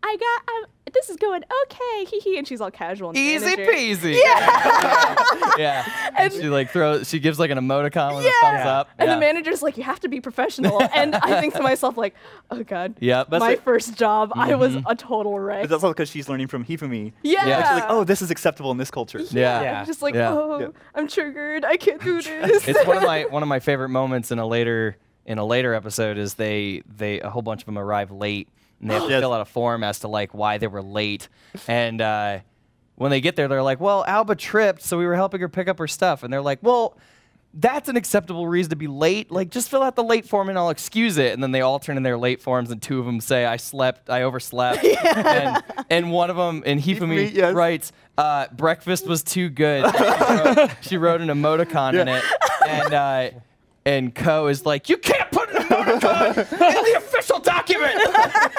I got, i this is going okay, hee hee. And she's all casual. And the
Easy
manager-
peasy. Yeah. yeah. And she like throws. She gives like an emoticon with a thumbs up.
And
yeah.
the manager's like, you have to be professional. and I think to myself, like, oh God.
Yep, that's
My
it. Mm-hmm.
first job, I was a total wreck.
But that's all because she's learning from Hifumi.
yeah.
Yeah.
She's like, oh, this is acceptable in this culture.
yeah.
I'm just like,
Yeah.
oh,
Yeah.
I'm triggered. I can't do this.
It's one of my one of my favorite moments in a later in a later episode is they they a whole bunch of them arrive late and they have to
Yes.
fill out a form as to like why they were late and uh, when they get there they're like well Alba tripped so we were helping her pick up her stuff and they're like well that's an acceptable reason to be late like just fill out the late form and I'll excuse it and then they all turn in their late forms and two of them say I slept I overslept and, and one of them and Hifumi
Hifumi, yes.
writes uh, breakfast was too good she, wrote, she wrote an emoticon in it and uh, and Co is like, you can't put an emoticon in the official document.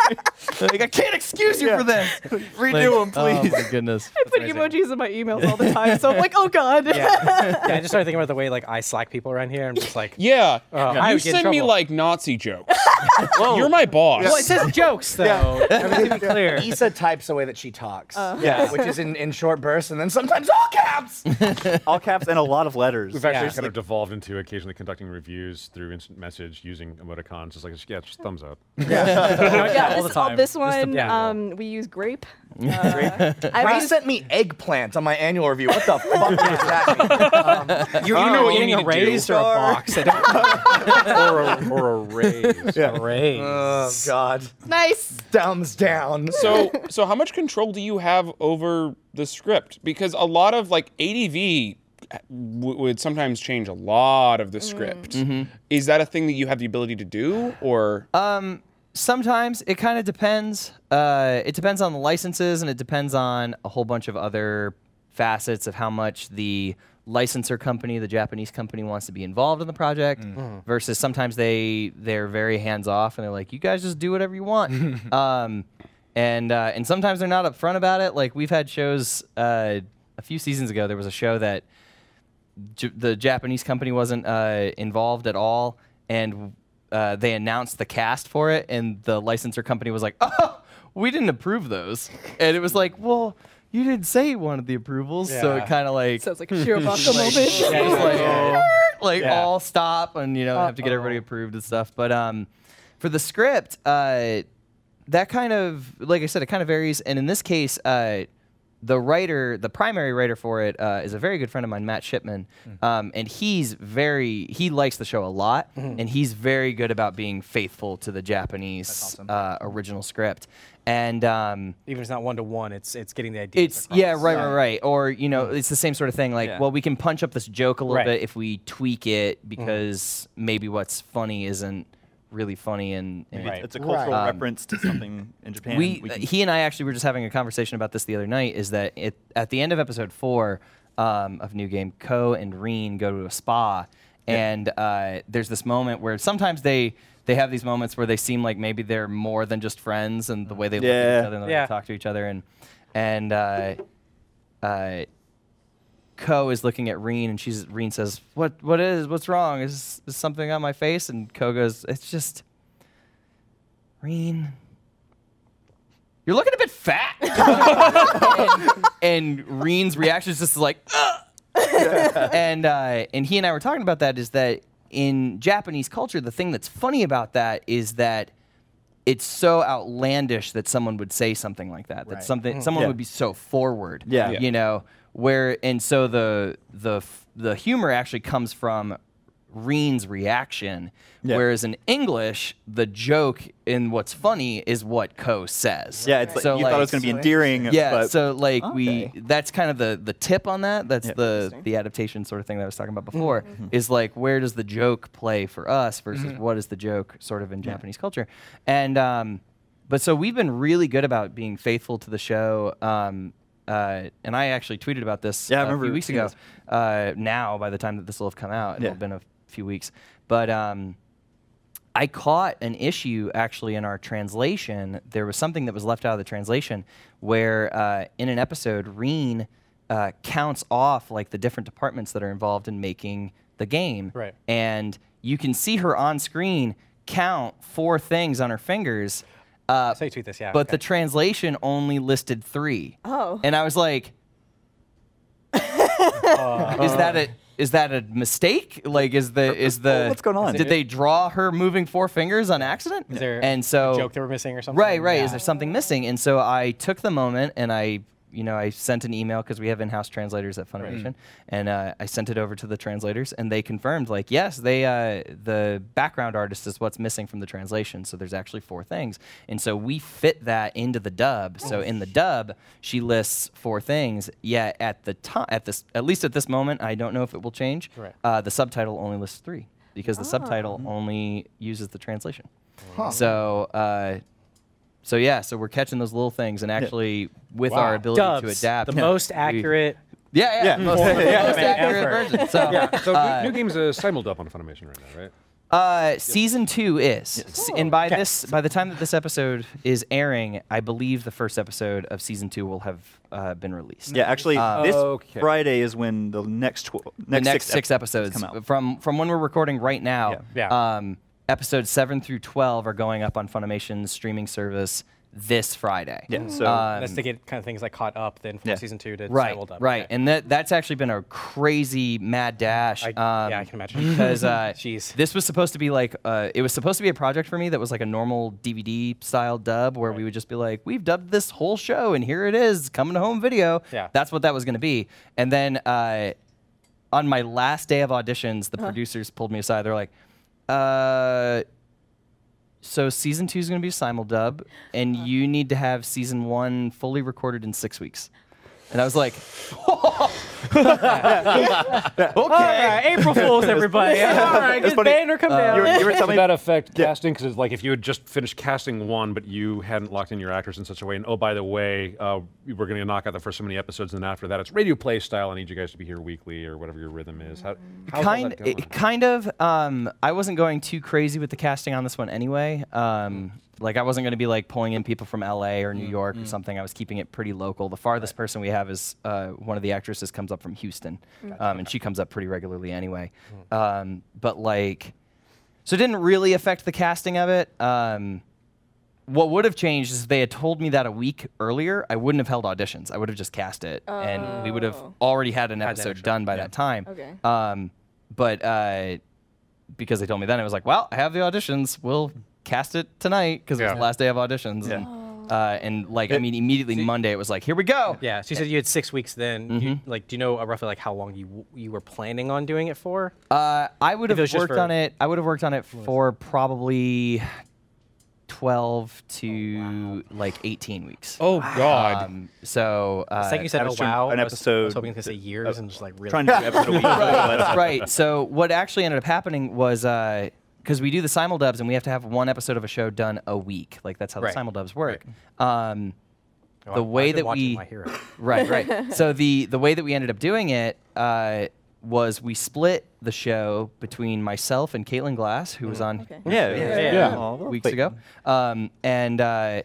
like, I can't excuse you for this.
Redo
Like,
'em, please.
Oh my goodness.
I put emojis in my emails all the time, so I'm like, oh God.
Yeah, I just started thinking about the way like I slack people around here. I'm just like, uh,
Yeah.
I
you
would get in
send me
trouble.
like Nazi jokes. You're my boss.
well, it says jokes though. I mean, to be clear. Oh.
Issa types the way that she talks, yeah, which is in, in short bursts and then sometimes all caps.
All caps and a lot of letters.
We've actually
Yeah.
just kind of devolved into occasionally conducting reviews through instant message using emoticons. It's like, yeah, just thumbs up.
yeah,
all
this,
the
all-
time.
this
Just the
one,
people.
um, we use grape. Uh, I
Ray
was-
sent me eggplants on my annual review. What the fuck does that mean?
You, you know what you need
to
a
do.
raise or a box? I don't
or, a, or a raise.
a raise.
Oh god,
nice.
thumbs down.
So, so how much control do you have over the script? Because a lot of like ADV w- would sometimes change a lot of the
Mm.
script.
Mm-hmm.
Is that a thing that you have the ability to do, or
um, Sometimes it kind of depends. Uh, it depends on the licenses and it depends on a whole bunch of other facets of how much the licensor company, the Japanese company, wants to be involved in the project.
Mm.
Versus sometimes they they're very hands off and they're like, you guys just do whatever you want. um, and uh, and sometimes they're not upfront about it. Like we've had shows uh, a few seasons ago. There was a show that J- the Japanese company wasn't uh, involved at all, and uh, they announced the cast for it, and the licensor company was like, "Oh, we didn't approve those," and it was like, "Well, you didn't say you wanted the approvals," so it
Yeah.
kind of like,
Sounds like a Shirobako moment.
it was like, like
Yeah.
all stop, and you know, have to get everybody approved and stuff. But um, for the script, uh, that kind of, like I said, it kind of varies, and in this case, uh the writer, the primary writer for it, uh, is a very good friend of mine, Matt Shipman,
Hmm.
um, and he's very he likes the show a lot,
Hmm.
and he's very good about being faithful to the Japanese uh, original script, and um,
Even if it's not one to one, it's it's getting the idea.
it's yeah right right right or you know
Mm.
it's the same sort of thing like well we can punch up this joke a little
Right.
bit if we tweak
Mm.
it because maybe what's funny isn't really funny and, and
Right.
It's a cultural
Um,
reference to something in Japan.
we, uh,
can-
he and I actually were just having a conversation about this the other night. Is that it, at the end of episode four um, of New Game, Co and Reen go to a spa, and uh, there's this moment where sometimes they they have these moments where they seem like maybe they're more than just friends, and
Mm.
the way they look at
Yeah.
each other and the way
Yeah.
they talk to each other, and and uh, uh, Ko is looking at Reen, and she's Reen says, "What? What is? What's wrong? Is, is something on my face?" And Ko goes, "It's just Reen. You're looking a bit fat." and, and Reen's reaction is just like, "Ugh." and uh, and he and I were talking about that is that in Japanese culture, the thing that's funny about that is that it's so outlandish that someone would say something like that. That something someone
Mm. Yeah.
would be so forward.
Yeah. Yeah.
You know, where and so the the f- the humor actually comes from Reen's reaction.
Yeah.
Whereas in English, the joke in what's funny is what Co says.
yeah, it's like,
so
you thought it was going to be endearing.
Yeah,
but
so like
Okay.
we that's kind of the the tip on that. That's
Yeah.
the the adaptation sort of thing that I was talking about before is like where does the joke play for us versus what is the joke sort of in Japanese culture. And um but so we've been really good about being faithful to the show um uh, and I actually tweeted about this
Yeah, I
a few
remember
weeks
seeing
ago.
this.
Uh, now, by the time that this will have come out, it'll
Yeah.
have been a few weeks. But um, I caught an issue actually in our translation. There was something that was left out of the translation where uh, in an episode, Reen uh, counts off like the different departments that are involved in making the game.
Right.
And you can see her on screen count four things on her fingers. Uh,
So you tweet this, yeah.
but the translation only listed three.
Oh.
And I was like, is that a is that a mistake? Like, is
Uh,
the is the
what's going on?
Uh, Did they draw her moving four fingers on accident?
is there
and so
a joke they were missing or something?
Right, right.
Yeah.
Is there something missing? And so I took the moment and I, you know, I sent an email because we have in-house translators at Funimation, and uh, I sent it over to the translators, and they confirmed, like, yes, they, uh, the background artist is what's missing from the translation. So there's actually four things, and so we fit that into the dub. So in the dub, she lists four things. Yet at the time, at this, at least at this moment, I don't know if it will change.
Right. Ah.
Uh, the subtitle only lists three because the subtitle only uses the translation. So. Uh, so yeah, so we're catching those little things, and actually, with our ability to
Dubs,
adapt,
the most accurate.
yeah, yeah,
Yeah.
the most, the
Yeah.
most
Yeah.
accurate version. So,
So new, new game's a simuldub on Funimation right now, right?
uh, season two is, S- and by this, by the time that this episode is airing, I believe the first episode of season two will have uh, been released.
Yeah, actually, this
Okay.
Friday is when the next tw-
Uh, the
next,
next six,
ep-
episodes
come out.
from from when we're recording right now.
Yeah. Yeah.
Um, episodes seven through twelve are going up on Funimation's streaming service this Friday.
Yeah, so
Mm. Um, That's to get kind of things like caught up then from
Yeah.
season two to
um, Right,
simuldub.
right,
Okay.
and that that's actually been a crazy mad dash.
I- yeah,
um,
I can imagine.
because uh,
Jeez.
this was supposed to be like uh, it was supposed to be a project for me that was like a normal DVD style dub where we would just be like, we've dubbed this whole show and here it is coming to home video.
Yeah.
that's what that was going to be. And then uh, on my last day of auditions, the producers pulled me aside. They're like, uh. So season two is going to be a simuldub, and you need to have season one fully recorded in six weeks. And I was like,
All right, April Fools, everybody. All right,
That's
get
funny.
banned or
Uh,
come down.
Uh, you were, you were
Does
telling me
that affect casting? Because like if you had just finished casting one, but you hadn't locked in your actors in such a way, and oh by the way, uh, we're going to knock out the first so many episodes, and then after that it's radio play style. I need you guys to be here weekly or whatever your rhythm is. How, how's all
kind
that going?
it, kind of um i wasn't going too crazy with the casting on this one anyway um
Hmm.
like i wasn't going to be like pulling in people from la or new york or something i was keeping it pretty local the farthest person we have is uh, one of the actresses comes up from houston um, and she comes up pretty regularly anyway
Hmm.
um, but like so it didn't really affect the casting of it um, what would have changed is if they had told me that a week earlier, I wouldn't have held auditions. I would have just cast it, and we would have
Oh.
already had an episode done by that time.
Okay.
Um, but uh, because they told me then, I was like, "Well, I have the auditions. We'll cast it tonight because it was
Yeah.
the last day of auditions."
Yeah.
And, uh, and like, I mean, immediately Monday, it was like, "Here we go."
Yeah, so you said you had six weeks. Then, you,
Mm-hmm.
like, do you know uh, roughly like how long you you were planning on doing it for?
Uh, I would
If
have
it was
worked
just for-
on it. I would have worked on it for probably twelve to like eighteen weeks.
Oh God.
Um, so uh,
It's like you said,
I
oh
was doing
wow,
an
I
was- I was
episode- uh,
hoping to say years and just like really.
trying to do episode a week. but-
right. So what actually ended up happening was because we do the simuldubs and we have to have one episode of a show done a week. Like that's how
Right.
the simuldubs work. Um,
Oh,
the
I've
way
been
that
watching
we
My Hero.
right, right. so the the way that we ended up doing it uh, was we split the show between myself and Caitlin Glass, who was on
Okay.
Yeah, yeah,
Yeah.
Aw, well,
weeks
wait.
ago, um, and. Uh,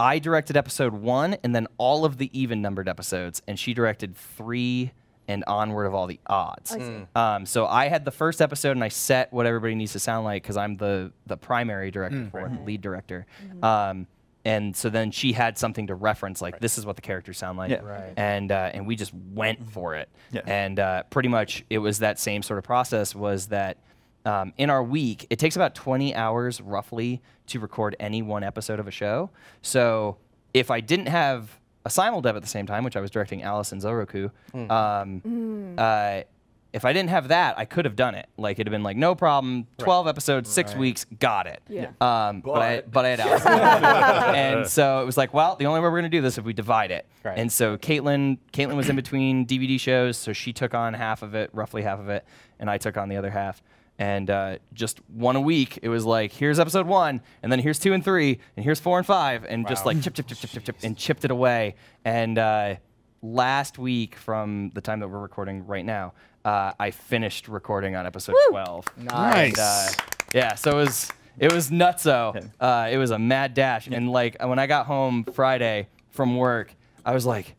I directed episode one and then all of the even numbered episodes, and she directed three and onward of all the odds. Um, so I had the first episode and I set what everybody needs to sound like because I'm the the primary director for it, the lead director.
Mm-hmm.
Um, and so then she had something to reference, like this is what the characters sound like,
Yeah. Mm-hmm.
Right.
and uh, and we just went for it.
Yeah.
And uh, pretty much it was that same sort of process. Was that um, in our week, it takes about 20 hours roughly to record any one episode of a show. So if I didn't have a simuldub at the same time, which I was directing Alice and Zoroku,
Hmm.
um,
Mm.
uh, if I didn't have that, I could have done it. Like it'd have been like, no problem, 12 episodes, six weeks, got it.
Yeah.
Um, but, I, but I had Alice. and so it was like, well, the only way we're going to do this is if we divide it.
Right.
And so Caitlin, Caitlin was in between DVD shows, so she took on half of it, roughly half of it, and I took on the other half. And uh, just one a week, it was like, here's episode one, and then here's two and three, and here's four and five, and just like chip, chip, chip, chip, chip, chip, and chipped it away. And uh, last week, from the time that we're recording right now, uh, I finished recording on episode 12.
Nice.
And, uh, yeah, so it was it was nutso. Uh, it was a mad dash, and like when I got home Friday from work, I was like,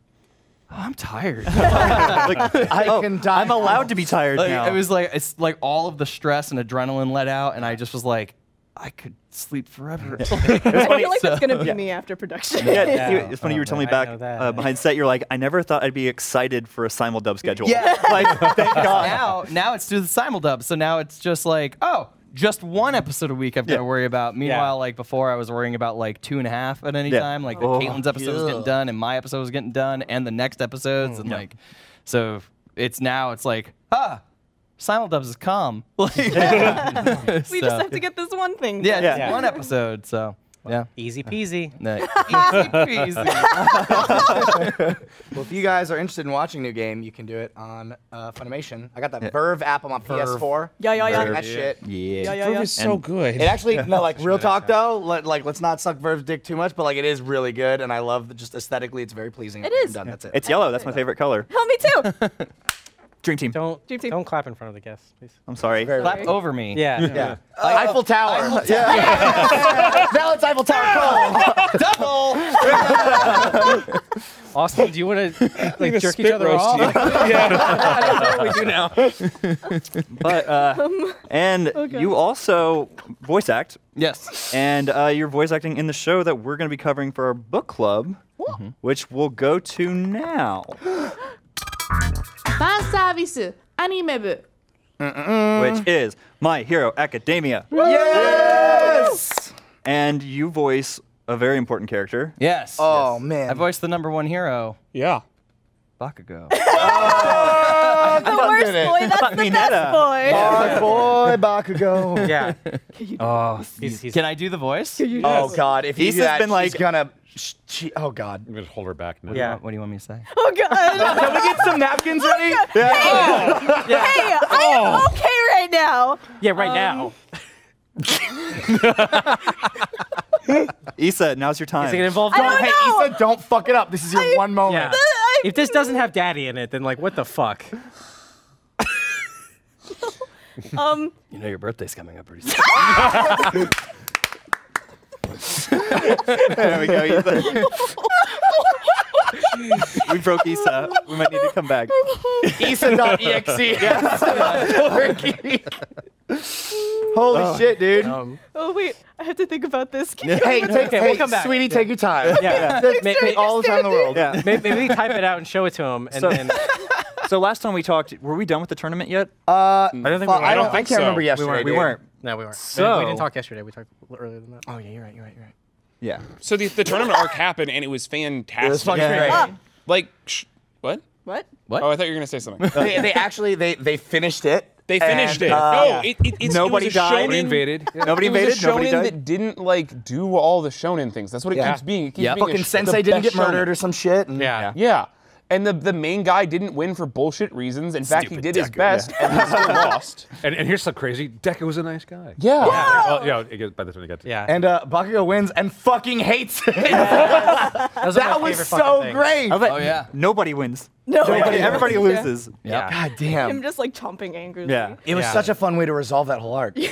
"Oh, I'm tired.
Like, I
Oh,
can die
I'm allowed to be tired
like,
now.
It was like it's like all of the stress and adrenaline let out, and I just was like, I could sleep forever.
I feel like that's gonna be me after production.
Yeah, you- it's funny you were telling me
Oh, I
back
know that.
uh, behind set. You're like, I never thought I'd be excited for a simul dub schedule.
Yeah.
like thank God.
now, now it's through the simuldub. So now it's just like, oh, just one episode a week I've got to
Yeah.
worry about. Meanwhile, like before, I was worrying about like two and a half at any
Yeah.
time. Like the
Oh,
Caitlin's episode was getting done, and my episode was getting done, and the next episodes, and like, so it's now it's like, ah, simuldubs is calm. Like,
we
so-
just have to get this one thing.
yeah,
done.
just
Yeah.
one episode. So yeah.
Easy peasy.
No, easy peasy.
Well, if you guys are interested in watching New Game, you can do it on uh, Funimation. I got that Verve app on my PS4.
Yeah, yeah, yeah.
Like That shit.
Yeah.
Yeah, yeah,
Proof
yeah.
is so
And-
good.
It actually, no, like real talk though. Let, like, let's not suck Verve's dick too much, but like, it is really good, and I love that just aesthetically, it's very pleasing.
It
and
is.
Done. That's it.
It's yellow. That's my favorite color.
Help me too.
Dream team.
Don't
Dream team.
don't clap in front of the guests, please.
I'm sorry.
very
Clap over me.
Yeah.
Yeah.
Uh,
Eiffel Tower. Yeah. now it's Eiffel Tower. Cold. Double.
Austin, do you want to like jerk each other off?
But uh, and you also voice act,
Yes.
and uh, you're voice acting in the show that we're going to be covering for our book club, Mm-hmm. which we'll go to now.
ファンサービスアニメ部
which is My Hero Academia.
Yes.
And you voice a very important character.
Yes.
Oh
yes.
man.
I voiced the number one hero,
yeah.
Bakugo.
the worst boy. That's the best
Mineta.
boy.
Our
Oh,
boy Bakugo.
Yeah. Oh, he's, he's,
Can I do the voice?
Oh God! If he's
Issa's
that,
been, like-
he's gonna. Sh- sh- oh God!
I'm gonna hold her back now.
Yeah.
What do you want me to say?
Oh god.
Can we get some napkins ready?
Oh, Hey, I am okay right now. Um,
yeah, right now.
Issa, now's your time.
Is it gonna involve
I don't
dog?
know.
Issa, don't fuck it up. This is your
I-
one
Yeah.
moment.
I-
If this doesn't have daddy in it, then like what the fuck?
Um,
You know your birthday's coming up pretty soon.
there we go, Issa. we broke Issa. We might need to come back.
Issa.exe. Holy shit, dude.
oh wait, I have to think about this.
Hey, take,
Um, Okay,
hey
we'll come back.
sweetie, take your time.
Yeah.
Take-
Ma-
take
ma-
all the time in the world.
Yeah.
Maybe, maybe type it out and show it to him, and
So-
then
So last time we talked, were we done with the tournament yet?
Uh,
I don't think
fuck,
we were.
I,
I
don't,
don't
I
think
can't
so.
remember
We
yesterday.
we
dude.
weren't.
no, we weren't. we didn't
So-
talk yesterday. We talked earlier than that.
Oh yeah, you're right. You're right. You're right.
Yeah.
So the, the tournament arc happened and it was fantastic. Like, sh- what?
What?
Oh, I thought you were gonna say something.
they, they actually they they finished it.
They finished it.
and, uh,
no, it, it, it's,
Nobody
it was a
died.
shonen-
Nobody
invaded. Yeah.
Nobody
it was a
invaded. Nobody
shonen
died.
that didn't like do all the shonen things. That's what it
Yeah.
keeps being. It keeps
Yeah.
being a
fucking
sh-
sensei
the
didn't
best
get murdered
shonen.
or some shit. and-
Yeah.
Yeah. And the, the main guy didn't win for bullshit reasons. In fact, he did his best and he still lost.
And, and here's something crazy. Decker was a nice guy.
Yeah.
Well, yeah. it gets- By the time they got to
Yeah.
And uh, Bakugo wins and fucking hates it.
Those are my
that was
favorite fucking
so
things.
great.
I bet
Oh, yeah.
Nobody wins.
No.
Nobody, everybody loses.
Yeah.
God
I'm
damn.
just like chomping angrily.
Yeah.
It was
Yeah.
such a fun way to resolve that whole arc.
It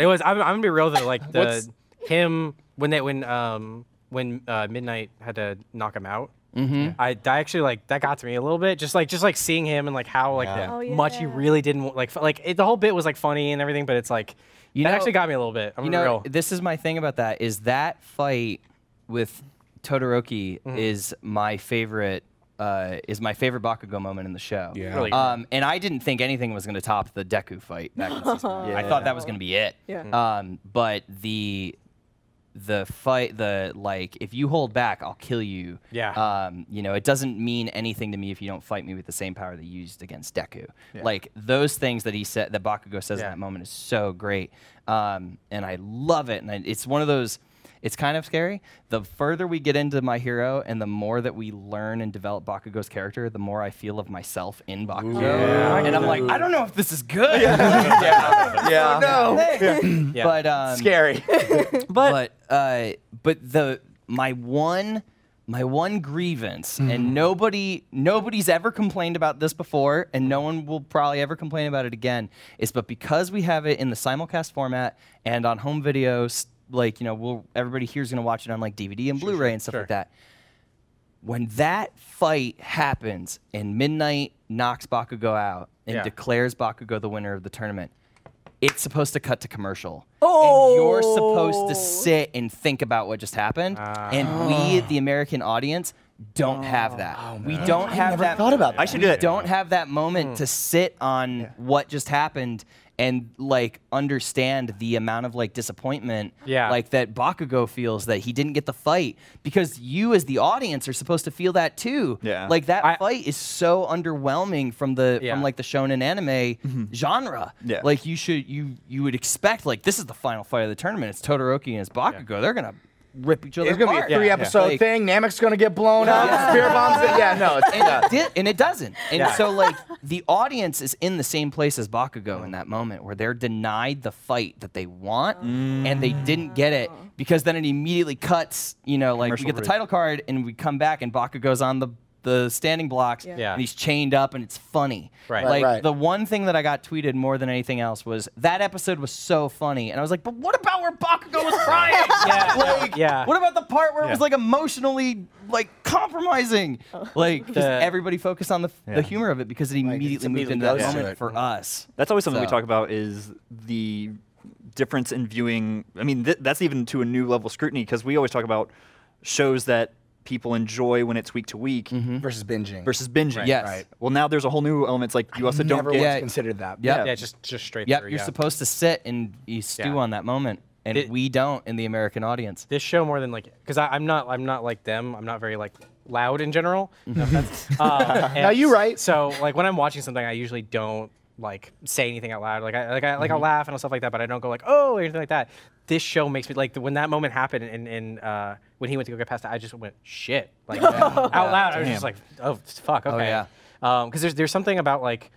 was. I'm, I'm gonna be real though. Like the
What's-
him when they when um when uh, midnight had to knock him out. Mm-hmm. I that actually like that got to me a little bit. Just like just like seeing him and like how like
Yeah.
Oh,
much he
yeah.
really didn't wa- like f- like it, the whole bit was like funny and everything. But it's like you that
know-
actually got me a little bit. I'm
You
gonna be
know,
real.
this is my thing about that is that fight with Todoroki is my favorite. Uh, is my favorite Bakugo moment in the show.
Yeah.
Really.
Um, and I didn't think anything was going to top the Deku fight. Back in season one. I thought that was going to be it.
Yeah.
Hmm.
Um, but the the fight, the like, if you hold back, I'll kill you.
Yeah.
Um, you know, it doesn't mean anything to me if you don't fight me with the same power that you used against Deku. Like those things that he said, that Bakugo says
Yeah.
in that moment is so great, um, and I love it. And I, it's one of those. It's kind of scary. The further we get into My Hero, and the more that we learn and develop Bakugo's character, the more I feel of myself in Bakugo. And I'm like, I don't know if this is good.
Oh,
yeah.
Yeah.
But um,
Scary.
but uh, but the my one my one grievance, and nobody nobody's ever complained about this before, and no one will probably ever complain about it again. Is but because we have it in the simulcast format and on home videos, like you know, we'll everybody here's gonna watch it on like DVD and Blu-ray and stuff like that. When that fight happens and Midnight knocks Bakugo out and
Yeah.
declares Bakugo the winner of the tournament, it's supposed to cut to commercial. Oh. And you're supposed to sit and think about what just happened. and we, the American audience, don't have that. we don't have that.
thought about
I should do that.
Don't have that moment to sit on what just happened and like understand the amount of like disappointment
Yeah.
like that Bakugo feels that he didn't get the fight because you as the audience are supposed to feel that too.
Yeah.
Like that
I-
fight is so underwhelming from the
Yeah.
from like the shonen anime genre.
Yeah.
Like you should you you would expect like this is the final fight of the tournament. It's Todoroki and it's Bakugo. They're gonna rip each other
It's gonna
apart.
be a three-episode
Like,
thing. Nameki's gonna get blown up. Spear bombs. It. Yeah, no, it's
and,
yeah.
it did, and it doesn't. And so, like, the audience is in the same place as Bakugo in that moment where they're denied the fight that they want and they didn't get it because then it immediately cuts, you know, like we get the title card and we come back and Bakugo's on the the standing blocks
Yeah.
and he's chained up and it's funny
Right. Right,
like
right.
the one thing that i got tweeted more than anything else was that episode was so funny and i was like but what about where bakugo was crying
Yeah,
like
yeah.
what about the part where it was
Yeah.
like emotionally like compromising? Like just
The-
everybody focused on the, the humor of it because it immediately moved
immediately
into that
goes to
moment
it.
for us.
That's always something we
So-
talk about is the difference in viewing. I mean, th- that's even to a new level of scrutiny because we always talk about shows that people enjoy when it's week to week
versus binging.
versus binging.
Yes. Mm-hmm. Right.
Well, now there's a whole new element. It's like you also don't
Never
get.
once
Yeah.
considered that.
Yep.
Yeah, just just straight
Yep.
through.
You're
yeah.
supposed to sit and you stew
Yeah.
on that moment, and
It-
we don't in the American audience.
this show more than like because I'm not I'm not like them. I'm not very like loud in general. No offense. uh, now
you're right.
So like when I'm watching something, I usually don't like say anything out loud. Like I like I like I'll laugh and stuff like that, but I don't go like oh or anything like that. This show makes me like when that moment happened and and uh, when he went to go get past that, I just went shit like out loud. I was just like oh fuck okay.
yeah.
Because there's there's something about like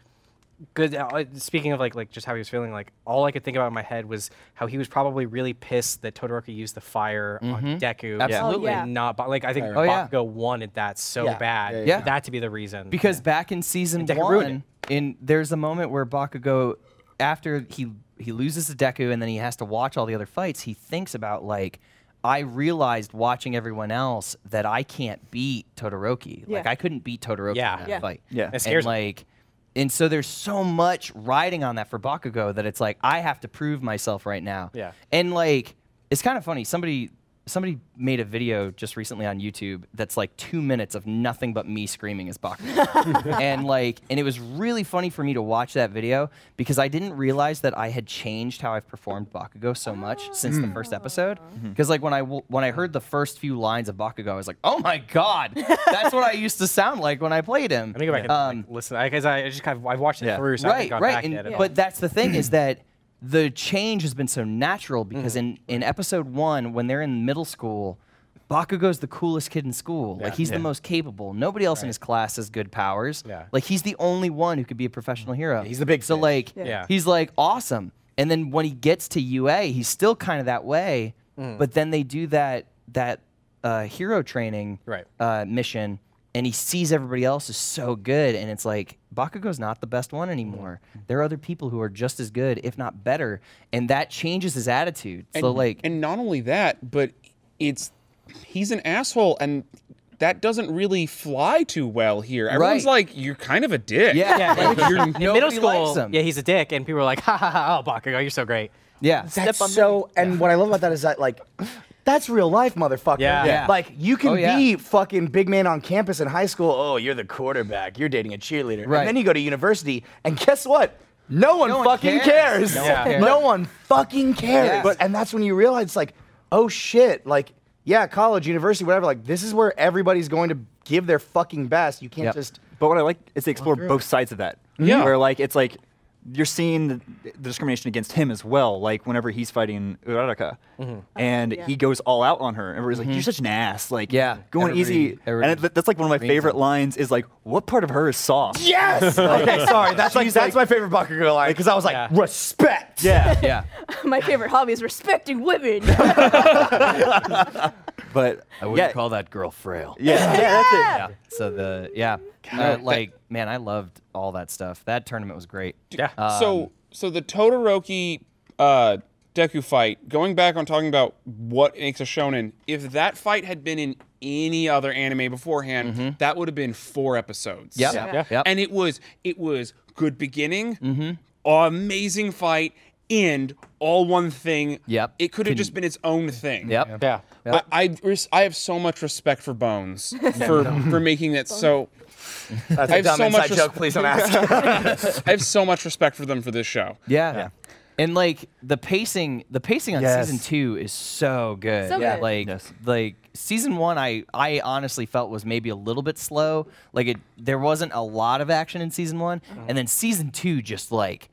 good. Uh, speaking of like like just how he was feeling, like all I could think about in my head was how he was probably really pissed that Todoroki used the fire on Deku.
Absolutely.
yeah.
And not Ba- like I think
Oh, yeah.
Bakugo wanted that so
Yeah.
bad.
Yeah, yeah,
yeah.
for That to be the reason.
Because back in season
Deku ruined
one, in there's a moment where Bakugo, after he he loses to Deku and then he has to watch all the other fights, he thinks about like, I realized watching everyone else that I can't beat Todoroki. Like
Yeah.
I couldn't beat Todoroki
Yeah.
in that
Yeah.
fight.
Yeah. It
and
scares me.
like. And so there's so much riding on that for Bakugo that it's like I have to prove myself right now.
Yeah.
And like it's kind of funny. Somebody somebody made a video just recently on YouTube that's like two minutes of nothing but me screaming as Bakugo. and like and it was really funny for me to watch that video because I didn't realize that I had changed how I've performed Bakugo so much since the first episode.
Mm-hmm.
Because like when I w- when I heard the first few lines of Bakugo, I was like, oh my god, that's what I used to sound like when I played him. Um,
let me go back and like, listen because I, I just kind of I've watched it
Yeah.
through, so I
right,
haven't gone
right.
back
and-
yet. at all.
But that's the thing is that the change has been so natural because in, in episode one, when they're in middle school, Bakugo's the coolest kid in school. Like he's the most capable. Nobody else in his class has good powers.
Yeah.
Like he's the only one who could be a professional hero.
he's the big
So
fish.
like
Yeah.
he's like awesome. And then when he gets to UA, he's still kind of that way.
Mm.
But then they do that that uh, hero training
Right.
uh, mission and he sees everybody else is so good and it's like bakugo's not the best one anymore
Mm-hmm.
there are other people who are just as good if not better and that changes his attitude so like
and not only that, but it's he's an asshole, and that doesn't really fly too well here. Everyone's
Right.
like, "You're kind of a dick."
yeah, like,
you're-
nobody
in middle
likes
school,
him.
yeah, he's a dick, and people were like, ha ha ha, oh Bakugo, you're so great.
yeah.
That's so. And what I love about that is that like. That's real life, motherfucker.
Yeah. Yeah.
Like you can
Oh, yeah.
be fucking big man on campus in high school. Oh, you're the quarterback. You're dating a cheerleader.
Right.
And then you go to university, and guess what? No one
No one
fucking
cares.
cares.
No
No,
one Yeah. cares.
one fucking cares.
Yeah.
But and that's when you realize it's like, oh shit, like yeah, college, university, whatever. Like this is where everybody's going to give their fucking best. You can't
Yep.
just
But what I like is they explore both sides of that.
Mm-hmm.
Yeah.
Where like it's like you're seeing the, the discrimination against him as well. Like whenever he's fighting Uraraka,
Mm-hmm. Oh,
and he goes all out on her, and everybody's like, "You're such an ass!" Like,
Yeah.
going
Everybody-
easy.
everybody
and it, that's like one of my favorite lines is like, "What part of her is soft?"
Yes. okay, sorry. That's like
She's
that's my
like-
favorite Bakugo line because I was like
Yeah.
respect.
Yeah.
yeah
My favorite hobby is respecting women.
But
i wouldn't
yeah,
call that girl frail
yeah, yeah, that's it.
yeah so the yeah Uh, like man i loved all that stuff that tournament was great Um,
Yeah.
so so the Todoroki uh, Deku fight. Going back on talking about what makes a shonen. If that fight had been in any other anime beforehand, that would have been four episodes.
Mm-hmm. yep
Yeah.
yep
Mm-hmm.
And it was it was good beginning, amazing fight, end all one thing.
Yep.
It could have just been its own thing.
Yep.
Yeah.
I, I, res- I have so much respect for Bones for, for making that so.
That's
I
a
have
dumb
so much
inside
res-
joke. Please don't ask.
I have so much respect for them for this show.
Yeah. And like the pacing, the pacing on
Yes.
season two is so good.
So Yeah. good.
Like, like season one, I I honestly felt was maybe a little bit slow. Like it, there wasn't a lot of action in season one, and then season two just like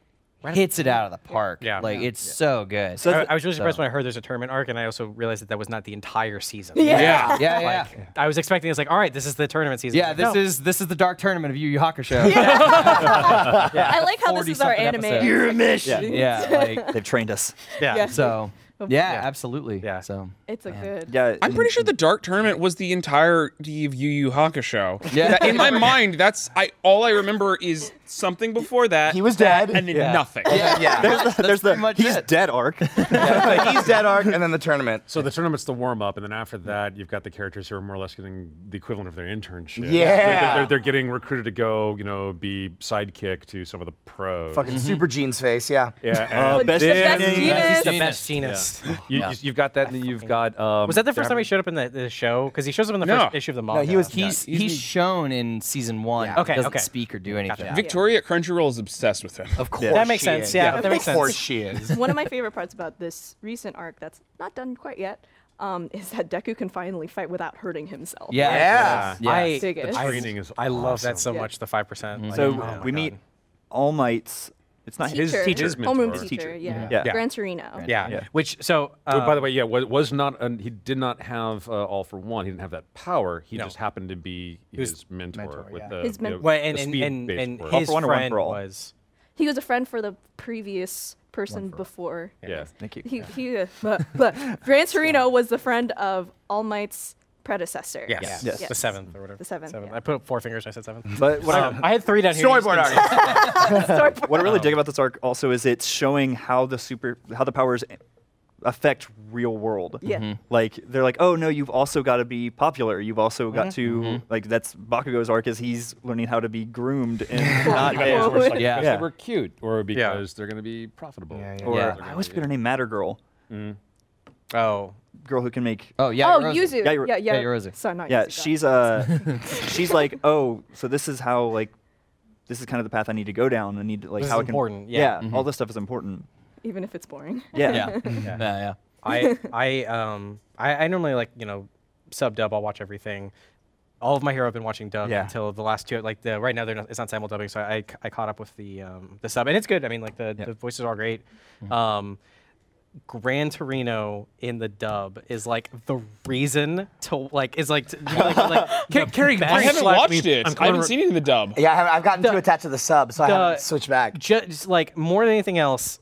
hits it out of the park.
Yeah.
Like it's so good.
I, I was really surprised when I heard there's a tournament arc, and I also realized that that was not the entire season.
Yeah.
yeah, yeah, yeah.
I was expecting it's like, all right, this is the tournament season.
Yeah,
Like,
This
no.
is this is the dark tournament of Yu Yu Hakusho.
I like how this
40
is our
something
anime.
episodes.
It's
Your
like-
mission.
yeah. Like
They've trained us.
yeah.
Yeah.
so. Yeah, absolutely.
Yeah.
So.
It's a good.
Yeah.
I'm pretty sure the Dark Tournament was the entirety of Yu Yu Hakusho.
Yeah.
That- in my mind, that's I all I remember is something before that.
He was dead.
and then
Yeah.
nothing.
yeah.
There's the, there's the
pretty much
he's
it.
dead arc.
yeah. He's dead arc, and then the tournament.
So the tournament's the warm up, and then after that, you've got the characters who are more or less getting the equivalent of their internship. They're-
Yeah.
They're, they're getting recruited to go, you know, be sidekick to some of the pros.
Fucking
Mm-hmm.
super jeans face. Yeah.
Yeah.
Oh,
and
best
then
best
Yes.
genus.
the best genus.
you,
Yeah.
have got that, and then you've got. Um,
Was that the first time he showed up in the, the show? Because he shows up in the
No.
first issue of the manga.
he was-
He's, he's shown in season one.
Yeah. Okay,
doesn't
okay.
speak or do anything.
Victoria at Crunchyroll is obsessed with him.
Of course.
That makes
she
sense,
is.
yeah, that makes
Of course
sense.
she is.
One of my favorite parts about this recent arc that's not done quite yet um, is that Deku can finally fight without hurting himself.
Yeah.
Yeah.
Yeah.
I,
Dig it.
I-
Training is
I love that so
Yeah.
much. The five percent.
Mm-hmm. Oh
So we meet All Might's. It's not his.
Teacher.
teacher. His
Homeroom
mentor.
teacher.
Teacher.
Yeah.
Yeah. Yeah.
Gran Torino.
Yeah. Which so
Oh,
uh,
by the way, yeah, was, was not an, he did not have uh, all for one. He didn't have that power. He
No.
just happened to be
was
his, mentor,
mentor,
with
yeah.
the,
His men-
you know,
Well, and
the
and,
speed
and,
based
and
work.
his
for one or one
friend
for all?
was
He was a friend for the previous person before.
yeah.
Thank you.
He, he, uh, but, but Gran Torino was the friend of All Might's predecessor.
yes,
Yes.
the seventh or whatever
The seventh, yeah.
I put four fingers. I said seven.
But what I,
Um, I had three down here.
Storyboard
You just-
artist.
what I really dig about this arc also is it's showing how the super how the powers affect real world.
Yeah. Mhm.
Mm-hmm.
Like they're like, oh no, you've also got to be popular. You've also
Mm-hmm.
got to like that's Bakugo's arc is he's learning how to be groomed and not there.
Forward.
Yeah.
Because
Yeah.
they were cute, or because they're going to be profitable.
yeah.
Or
Yeah.
I always forget her name, Matter Girl,
Mm-hmm.
Oh,
girl who can make.
Oh yeah.
Oh,
Rosa.
Yuzu.
Yeah, you're-
yeah, yeah.
yeah, you're Rosa.
Sorry, not
Yeah,
Yuzu,
she's uh, she's like, oh, so this is how like, this is kind of the path I need to go down. I need to, like
This
how
is
it can-
important, yeah.
Mm-hmm.
all this stuff is important.
even if it's boring.
Yeah,
Yeah.
Mm-hmm.
yeah. Yeah.
I I um I, I normally like you know sub dub. I'll watch everything. All of my hero, I've been watching dub
Yeah.
until the last two. Like the right now, they're not, it's not simul dubbing, so I, I caught up with the um, the sub, and it's good. I mean, like the, the voices are great.
Mm-hmm.
Um, Gran Torino in the dub is like the reason to like is like, to, like, like Ca- Carrie
I
Green
haven't
slapped
watched
me.
it.
I'm
I haven't
gonna-
seen it in the dub.
Yeah, I haven't, I've gotten too attached to the sub, so I
the-
haven't switched back.
just like more than anything else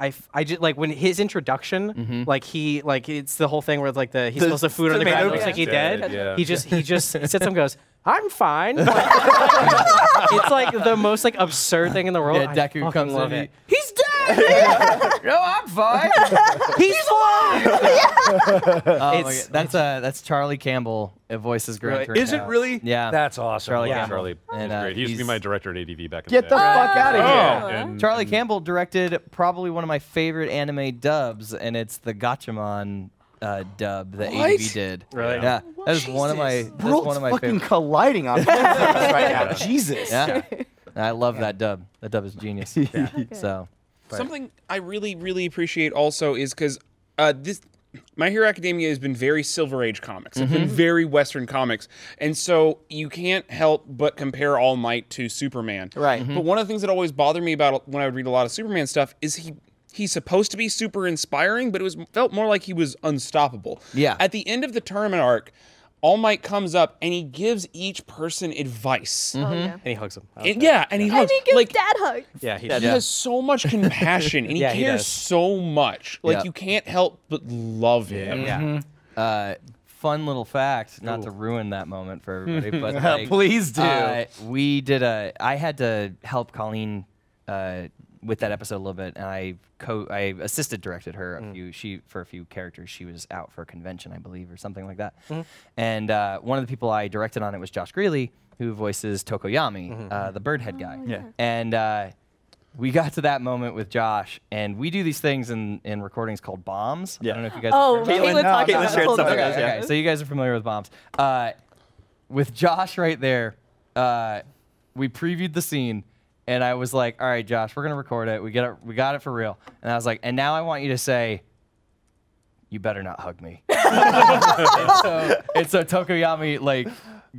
I, f- I just like when his introduction,
Mm-hmm.
like he like it's the whole thing where like the he spills the food on the ground,
tomato
it looks like he
dead,
dead.
yeah.
He just he just sits up and goes, "I'm fine." it's like the most like absurd thing in the world.
Yeah,
I
Deku
fucking
comes in,
love
he-
it.
He's dead. no, I'm fine. He's alive. oh, my God. That's uh, that's Charlie Campbell. It voices Gran Torino.
Is it really?
Yeah.
That's awesome.
Charlie
I love
Campbell.
Charlie. He's
And, uh,
great. He used to
he's-
be my director at ADV back in
Get
the
the
day.
fuck out of here.
Oh.
And-
Charlie Campbell directed probably one of my favorite anime dubs, and it's the Gatchaman uh, dub that ADV did.
Really?
Yeah, that is one of my that's
World's
one of my
fucking
favorite.
colliding on purpose right now. Jesus.
yeah, I love that dub. That dub is genius. So
Something I really, really appreciate also is because uh, this My Hero Academia has been very Silver Age comics. It's been very Western comics, and so you can't help but compare All Might to Superman.
Right.
But one of the things that always bothered me about when I would read a lot of Superman stuff is he. He's supposed to be super inspiring, but it was felt more like he was unstoppable.
Yeah.
At the end of the tournament arc, All Might comes up and he gives each person advice.
Oh, yeah.
and he hugs him. I love
And-
that.
yeah, and he
And
hugs
he gives
like
dad hugs.
yeah, he
he has so much compassion and he
Yeah, he
cares
does.
so much. Like
Yeah.
you can't help but love him.
yeah.
Mm-hmm.
Uh, fun little fact, not to ruin that moment for everybody, but like,
Please do.
uh, we did a. I had to help Colleen uh, with that episode a little bit, and I co I assisted directed her a
Mm.
few she for a few characters. She was out for a convention, I believe, or something like that.
Mm-hmm.
And uh, one of the people I directed
Mm-hmm. Oh,
on it was Josh Greeley, who voices Tokoyami, uh, the bird head guy.
Yeah.
And uh, we got to that moment with Josh, and we do these things in, in recordings called bombs. I don't know if you guys.
Oh,
are familiar-
Caitlin, talked
Caitlin
about
shared
hold
some
on.
of those,
Okay,
yeah.
okay.
so you guys are familiar with bombs. Uh, with Josh right there, uh, we previewed the scene, and I was like, "All right, Josh, we're gonna record it. We get it. We got it for real." And I was like, "And now I want you to say." You better not hug me. and, so, and so Tokoyami like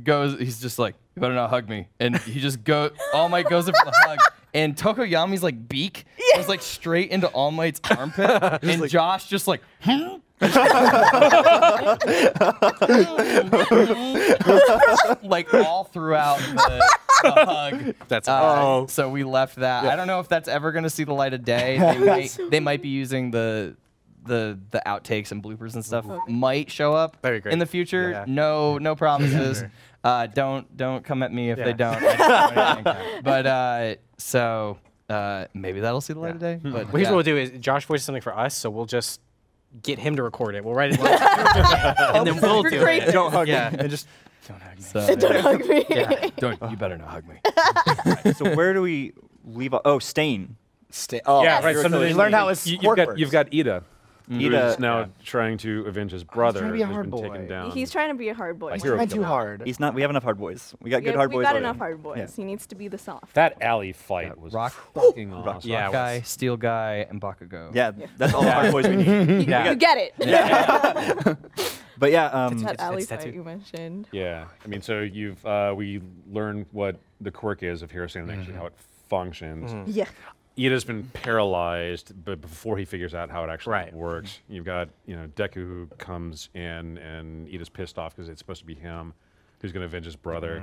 goes. He's just like, you better not hug me. And he just go. All Might goes in for the hug. And Tokoyami's like beak was like straight into All Might's armpit. and Josh just like. "Hmm?" like all throughout the, the hug.
That's
Oh.
Uh, so we left that. I don't know if that's ever gonna see the light of day. They, may, they might be using the the the outtakes and bloopers and stuff might show up
That'd be great.
in the future.
Yeah.
No no promises. Uh, don't don't come at me if they don't. I don't know anything. but uh, so uh, maybe that'll see the light of day. But
Well, here's
yeah.
what we'll do: is Josh voices something for us, so we'll just get him to record it. We'll write it, and then we'll do
Recreate
it.
it.
Don't hug
Yeah.
me. And just don't hug me.
So,
Don't hug me.
don't you better not hug me.
so where do we leave? off? Oh, stain.
Stay. Oh,
Yeah, right,
So
so
they
there's-
learned how it's
You, have got you've got Ida. who
Mm-hmm. Ida-
is now trying to avenge his brother.
trying to be a
who's
hard
been
boy.
Taken
Um,
down.
He's trying to be a hard boy.
hero.
Not too hard.
He's not. We have enough hard boys. We got
We
good hard
we
boys.
got
already.
enough hard boys.
Yeah.
He needs to be the soft.
that alley fight was
rock-
fucking awesome.
Yeah, it was-
guy, steel guy, and Bakugo.
Yeah, that's all the hard boys we need.
You,
Yeah.
you get it.
But yeah, um,
that alley
that's
fight
it.
you mentioned.
Oh. Yeah, I mean, so you've uh, we learned what the quirk is of Hirosan and actually how it functions.
Yeah.
Ida's been paralyzed, but before he figures out how it actually
Right.
works, you've got you know Deku who comes in and Ida's pissed off because it's supposed to be him who's going to avenge his brother,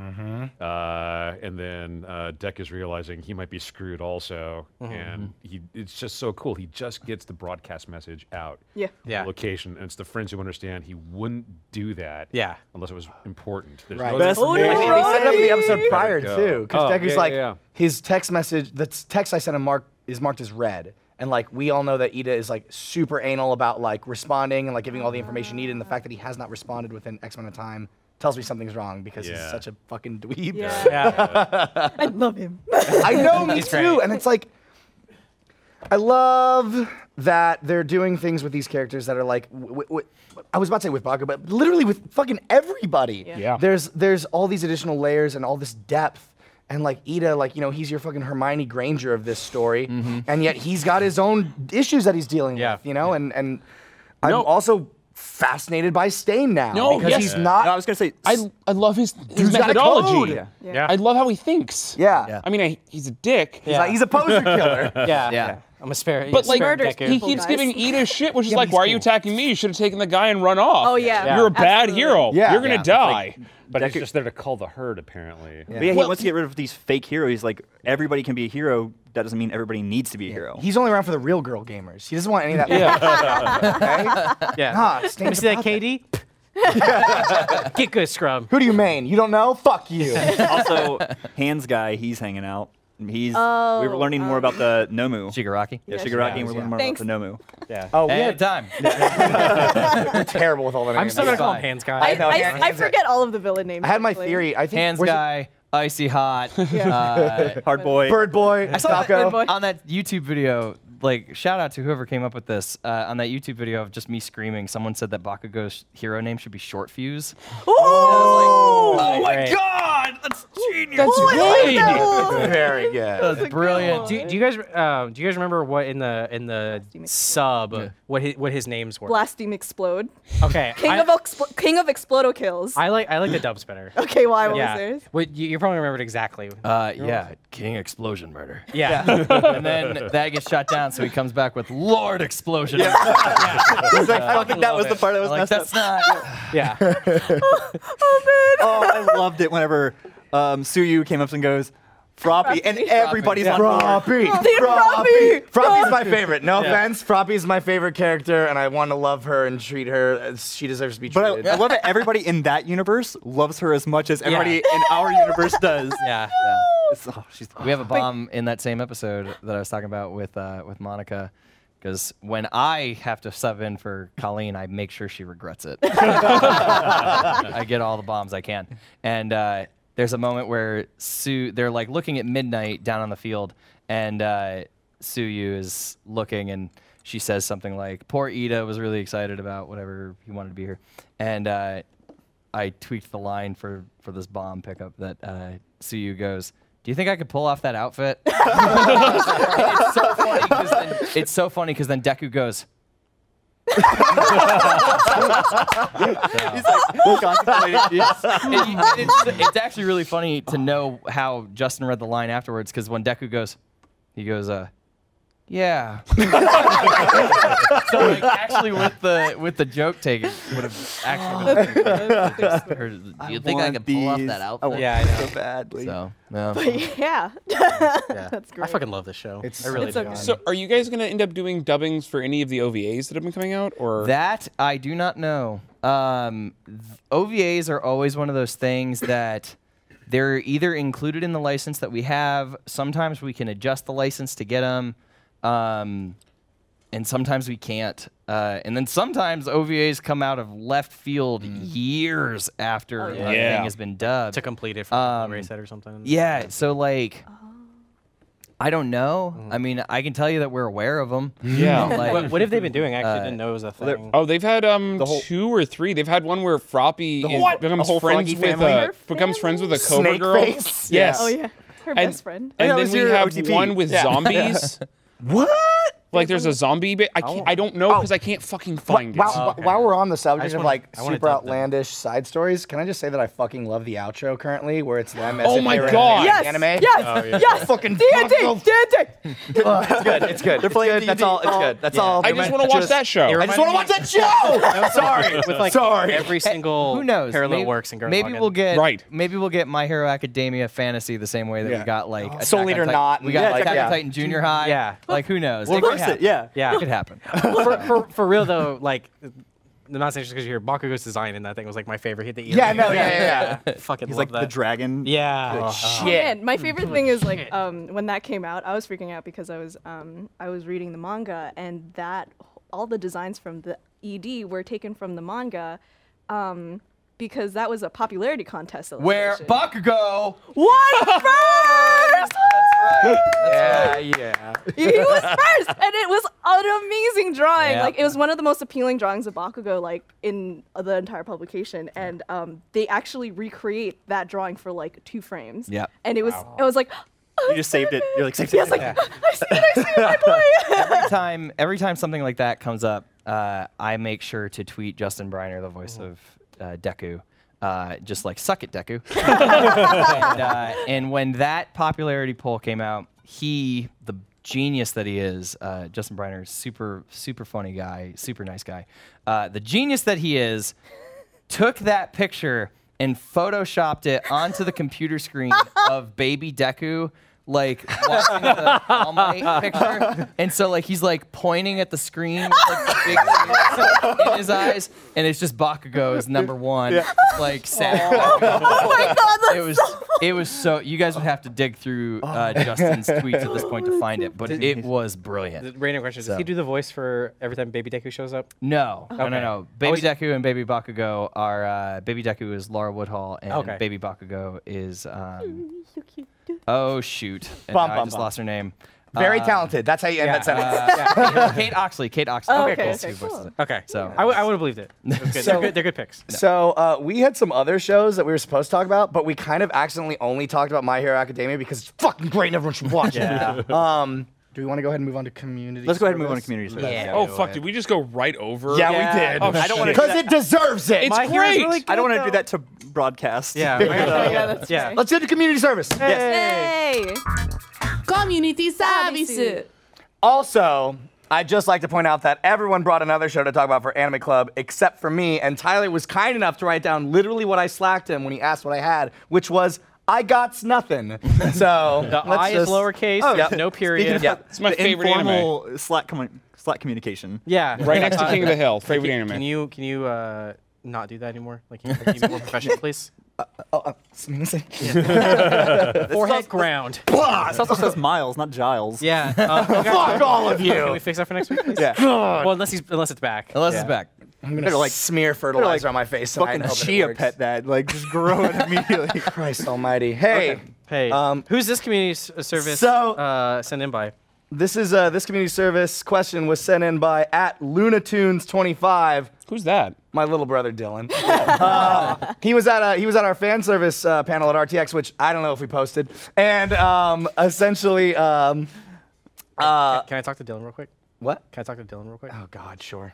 uh, and then uh, Deku's realizing he might be screwed also, and he it's just so cool. He just gets the broadcast message out,
Yeah.
the
Yeah.
location, and it's the friends who understand he wouldn't do that,
Yeah.
unless it was important. There's
Right.
no-
Best
Well,
man.
they set it up in the episode prior
Go.
too,
Oh,
because Deku's
yeah,
like
yeah, yeah.
his text message. The t- text I sent him mark is marked as red, and like we all know that Ida is like super anal about like responding and like giving all the information needed, and the fact that he has not responded within X amount of time tells me something's wrong because
Yeah.
he's such a fucking dweeb.
Yeah.
Yeah.
I love him.
I know, me
He's
too.
great.
And it's like, I love that they're doing things with these characters that are like, w- w- w- I was about to say with Baku, but literally with fucking everybody.
Yeah.
Yeah.
There's there's all these additional layers and all this depth. And like Ida, like you know, he's your fucking Hermione Granger of this story, and yet he's got his own issues that he's dealing
Yeah.
with, you know. And and I'm
No.
also fascinated by Stain now
No,
because
yes.
he's not.
No, I was gonna say.
I, I love his, his
Dude's got a
methodology.
code.
Yeah.
I love how he thinks.
yeah. yeah.
I mean, I, he's a dick.
He's, like, he's a poser killer.
yeah. I'm a spare.
But like,
Spare
he
Deku.
keeps
people, guys.
giving Ida shit, which is
Yeah, but
like,
he's
why are you
cool.
attacking me? You should have taken the guy and run off.
Oh, yeah. Yeah.
you're a bad
Absolutely.
hero.
Yeah.
you're gonna
Yeah.
die.
But he's just there to call the herd, apparently.
but yeah, he
Well-
wants to get rid of these fake heroes. Like everybody can be a hero. That doesn't mean everybody needs to be a hero.
He's only around for the real girl gamers. He doesn't want any of that. okay?
yeah.
Nah, Stain's
Wanna see that,
about that.
KD? Get good, scrum.
Who do you main? You don't know? Fuck you.
also, hands guy, he's hanging out. He's. we were
Oh,
learning more about the Nomu.
Shigaraki.
yeah, Shigaraki,
Yeah,
and
Shigaraki,
we're
yeah.
learning more
Thanks.
about the Nomu.
oh, we
Hey,
had,
time.
we're terrible with all the names.
I'm still gonna call him
fine.
Hands Guy.
I,
Oh,
know,
I,
hands
I
are-
forget all of the villain names.
I had my
actually.
theory. I think
Hands
where's it-
guy, icy hot. Uh,
Hard boy.
Bird boy.
Good
Falco.
boy.
on that YouTube video, like shout out to whoever came up with this. Uh, on that YouTube video of just me screaming, someone said that Bakugo's hero name should be Short Fuse.
oh my god.
That's great.
Very good.
That's brilliant.
Do, do you guys um, do you guys remember what in the in the
Blasphemous.
sub what his, what his names were?
Blast him explode.
Okay.
King
I,
of expl- King of Explodo kills.
I like I like the dubs better.
okay, why was
yeah.
theirs?
Wait, you, you probably remembered exactly.
Uh, yeah, King Explosion Murder.
yeah.
and then that gets shot down, so he comes back with Lord Explosion.
I don't think that was the part that was
like
messed up.
that's not.
yeah.
Oh, I loved it whenever um, Suyu came up and goes, Froppy, and everybody's on board.
Froppy.
Team Oh, Froppy.
Froppy's my favorite. No offense. Froppy's my favorite character, and I want to love her and treat her as she deserves to be treated.
But I, I love that everybody in that universe loves her as much as everybody in our universe does.
Yeah.
It's- oh, she's,
We have a bomb in that same episode that I was talking about with uh, with Monica. Because when I have to sub in for Colleen, I make sure she regrets it. I get all the bombs I can. And uh, there's a moment where Sue, they're like looking at midnight down on the field, and uh, Suyu is looking and she says something like, "Poor Ida was really excited about whatever he wanted to be here," and uh, I tweaked the line for for this bomb pickup that uh, Suyu goes. Do you think I could pull off that outfit? it's so funny 'cause then, it's so funny 'cause then Deku goes, it- it's, it's actually really funny to know how Justin read the line afterwards because when Deku goes, he goes, uh, yeah. so like, actually, with the with the joke taken, would have actually been. Or, you think I can pull off that outfit?
Yeah, I know.
so badly.
So no.
yeah. That's great.
I fucking love this show.
It's
I really
it's
do.
okay.
So, are you guys going to end up doing dubbings for any of the OVAs that have been coming out, or
That I do not know. Um, th- OVAs are always one of those things that they're either included in the license that we have. Sometimes we can adjust the license to get them, um, and sometimes we can't. Uh, and then sometimes OVAs come out of left field
Mm.
years after
Oh,
oh,
a
yeah. Yeah.
thing has been dubbed.
to complete it for
Um,
um, set or something.
Yeah, so like, I don't know. I mean, I can tell you that we're aware of them.
Mm. Yeah.
What,
like, uh,
what have they been doing? I actually didn't know it was a thing.
Oh, they've had um
whole-
two or three. They've had one where Froppy is,
what? The
becomes
whole
friends
Froggy
with
family?
a
Her
becomes
family?
friends with a Cobra
Snake
girl.
face?
Yes.
Oh yeah, her
And,
best friend.
and
that
then
was
we
your
have
OTP.
one with
Yeah.
zombies.
What? Oh.
like there's a zombie. Ba- I can't, I don't know because I can't fucking find it.
While, while we're on the subject
just
of
wanna-
like
I wanna
super
dub them.
outlandish side stories, can I just say that I fucking love the outro currently, where it's them as
Oh
if
my
they were in
God. Oh,
an
yes.
anime?
Yes. Yes.
Fucking
D&D.
fuck.
D&D.
it's good. It's good. They're playing. That's all. It's good. That's all.
I just want to watch that show.
I just want to watch that show. Sorry.
With like
Sorry.
every single
who knows?
parallel
maybe,
works in Gurren
Maybe
Lagann.
we'll get
Right.
Maybe we'll get My Hero Academia fantasy the same way that
Yeah.
we got
Oh.
like Attack
Soul
on
Eater
Titan-
Knot
We
and-
got
Yeah,
like
check it
Attack on
out.
Titan Junior High.
Yeah.
Like who
Uh,
knows?
We'll
could
verse it,
happen.
yeah.
Yeah.
It could happen.
for, for, for real though, like the not because you're here. Bakugo's design in that thing was like my favorite. He had the ear
Yeah,
thing.
no, yeah, yeah,
fucking
He's
love
like
that.
the dragon.
yeah.
Like,
Oh,
Oh, man, my favorite thing is like um, when that came out, I was freaking out because I was um, I was reading the manga and that all the designs from the ED were taken from the manga. Um, because that was a popularity contest.
Where
illustration.
Bakugo?
one first,
yeah. Yeah.
he was first, and it was an amazing drawing.
Yeah.
Like it was one of the most appealing drawings of Bakugo, like in the entire publication. And um, they actually recreate that drawing for like two frames.
Yep.
and it was I was like,
You just saved it. You're like saved
yes,
it.
like I see it, I see it, my boy.
every time, every time something like that comes up, uh, I make sure to tweet Justin Briner, the voice of uh, Deku. Uh, just like suck it, Deku. and, uh, and when that popularity poll came out, he, the genius that he is, uh, Justin Briner, super, super funny guy, super nice guy. Uh, the genius that he is, took that picture and photoshopped it onto the computer screen of baby Deku. Like walking with the All Might picture, and so like he's like pointing at the screen with like, the big tears in his eyes, and it's just Bakugo is number one, like sad.
Oh my god, that's
It was
so Oh.
it was so you guys would have to dig through uh, Justin's tweets at this point to find it, but it was
The
brilliant.
random question is: Does he do the voice for every time Baby Deku shows up?
No, no, no,
Okay.
no.
I
Baby
was-
Deku and Baby Bakugo are uh, Baby Deku is Laura Woodhull and
Okay.
Baby Bakugo is um,
cute.
oh shoot, and
Bum,
now I
bum,
just
bum.
lost her name.
Very
Uh,
talented. That's how you end that sentence.
uh, Kate Oxley. Kate Oxley.
Oh, okay,
That's
okay,
who voices
cool.
it.
Okay,
So-
so I, w- I would have believed it. That's good.
So-
they're, good. they're good picks.
So uh, we had some other shows that we were supposed to talk about, but we kind of accidentally only talked about My Hero Academia because it's fucking great and everyone should watch it. Um, do we want to go ahead and move on to community?
Let's go ahead and move on to
service?
community service.
Yeah.
oh fuck! Did we just go right over?
Yeah,
Yeah.
we did.
Oh, I don't wanna do
because it deserves it.
It's
My Hero's
great.
really
I don't want to
though.
do that to broadcast.
Yeah.
yeah, that's
Yeah.
right.
Let's get to community service.
Yay!
Community service.
Also, I'd just like to point out that everyone brought another show to talk about for Anime Club except for me, and Tyler was kind enough to write down literally what I slacked him when he asked what I had, which was I got's nothing.
Oh,
So
The
let's
I is
just- Oh,
lowercase.
yeah.
No
Speaking
period.
of
Yeah.
It's my
the
favorite anime.
informal Slack, commu- Slack communication.
Yeah.
Right next to
Uh,
King of the Hill, favorite
can,
anime.
Can you can you uh, not do that anymore? Like, can you, can you be more professional, please?
Uh,
Forehead ground.
This also says Miles, not Giles.
Yeah. Uh, okay.
Fuck all of
Can we
you.
fix that for next week, please?
Yeah.
Well, unless he's unless it's back.
Unless it's back.
I'm gonna like smear fertilizer on my face. tonight
Fucking
and hope it
chia
works.
pet that. Like, just grow it immediately.
Christ Almighty. Hey,
Hey,
Um,
who's this community s- service
so-
uh, sent in by?
This is uh, this community service question was sent in by at Lunatunes25.
Who's that?
my little brother Dylan. Uh, he was at a, he was at our fan service uh, panel at RTX, which I don't know if we posted, and um, essentially, um, uh,
Can I talk to Dylan real quick?
what?
Can I talk to Dylan real quick?
Oh God, sure.